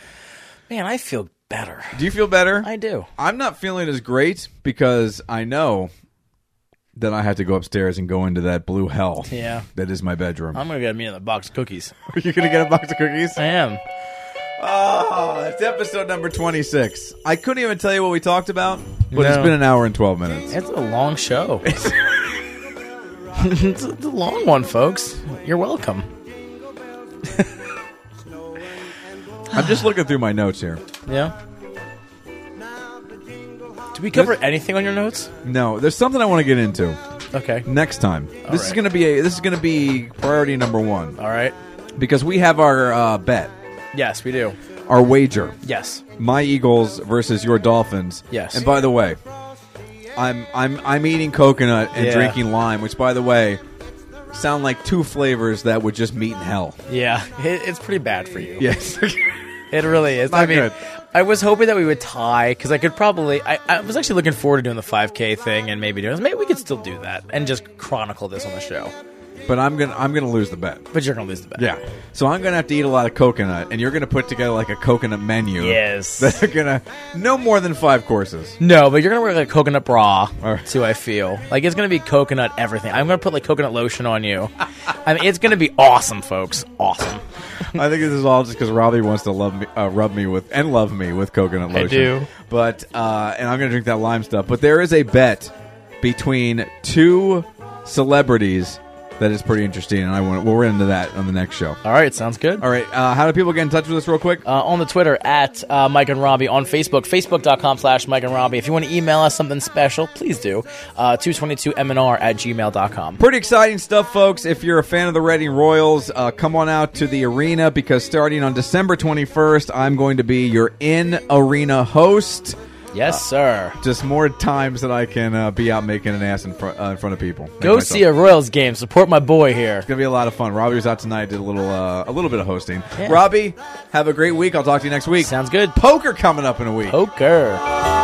[SPEAKER 2] Man, I feel better.
[SPEAKER 1] Do you feel better?
[SPEAKER 2] I do.
[SPEAKER 1] I'm not feeling as great because I know that I have to go upstairs and go into that blue hell.
[SPEAKER 2] Yeah.
[SPEAKER 1] That is my bedroom.
[SPEAKER 2] I'm gonna get me in the box of cookies.
[SPEAKER 1] Are you gonna get a box of cookies?
[SPEAKER 2] I am.
[SPEAKER 1] Oh, it's episode number 26. I couldn't even tell you what we talked about, but it's
[SPEAKER 2] No.
[SPEAKER 1] been an hour and 12 minutes.
[SPEAKER 2] It's a long show. it's a it's a long one, folks. You're welcome.
[SPEAKER 1] I'm just looking through my notes here.
[SPEAKER 2] Yeah. Did we cover anything on your notes?
[SPEAKER 1] No, there's something I want to get into
[SPEAKER 2] Okay.
[SPEAKER 1] next time. This is
[SPEAKER 2] right.
[SPEAKER 1] going to be a, this is going to be priority number 1
[SPEAKER 2] All right.
[SPEAKER 1] because we have our uh, bet,
[SPEAKER 2] Yes, we do.
[SPEAKER 1] our wager.
[SPEAKER 2] Yes.
[SPEAKER 1] My Eagles versus your Dolphins.
[SPEAKER 2] Yes.
[SPEAKER 1] And by the way, I'm I'm I'm eating coconut and
[SPEAKER 2] Yeah.
[SPEAKER 1] drinking lime, which by the way sound like two flavors that would just meet in hell.
[SPEAKER 2] Yeah. It, it's pretty bad for you.
[SPEAKER 1] Yes.
[SPEAKER 2] It really is.
[SPEAKER 1] Not
[SPEAKER 2] I mean,
[SPEAKER 1] good.
[SPEAKER 2] I was hoping that we would tie because I could probably. I, I was actually looking forward to doing the 5K thing and maybe doing this. Maybe we could still do that and just chronicle this on the show.
[SPEAKER 1] but I'm going to I'm going to lose the bet.
[SPEAKER 2] But you're gonna lose the bet.
[SPEAKER 1] Yeah. So I'm gonna have to eat a lot of coconut, and you're gonna put together like a coconut menu.
[SPEAKER 2] Yes.
[SPEAKER 1] That are gonna no more than five courses.
[SPEAKER 2] No, but you're gonna wear like a coconut
[SPEAKER 1] All
[SPEAKER 2] bra.
[SPEAKER 1] right.
[SPEAKER 2] That's who I feel like it's gonna be coconut everything. I'm gonna put like coconut lotion on you. I mean, it's gonna be awesome, folks. Awesome.
[SPEAKER 1] I think this is all just because Robbie wants to love me, uh, rub me with, and love me with coconut lotion.
[SPEAKER 2] do.
[SPEAKER 1] But uh, and I'm gonna drink that lime stuff. But there is a bet between two celebrities that is pretty interesting, and I want we'll run into that on the next show.
[SPEAKER 2] All right, sounds good.
[SPEAKER 1] All right. Uh, how do people get in touch with us, real quick?
[SPEAKER 2] uh, on the Twitter at uh, Mike and Robbie on Facebook, facebook.com slash Mike and Robbie. If you want to email us something special, please do. Uh, 222MNR at gmail.com.
[SPEAKER 1] Pretty exciting stuff, folks. If you're a fan of the Reading Royals, uh, come on out to the arena because starting on December 21st, I'm going to be your in arena host. Uh,
[SPEAKER 2] Yes, sir.
[SPEAKER 1] Just more times that I can uh, be out making an ass in, fr- uh, in front of people.
[SPEAKER 2] Go see a Royals game. Support my boy here.
[SPEAKER 1] It's gonna be a lot of fun. Robbie was out tonight, did a little uh, a little bit of hosting. Robbie, have a great week. I'll talk to you next week.
[SPEAKER 2] Sounds good.
[SPEAKER 1] Poker coming up in a week.
[SPEAKER 2] Poker.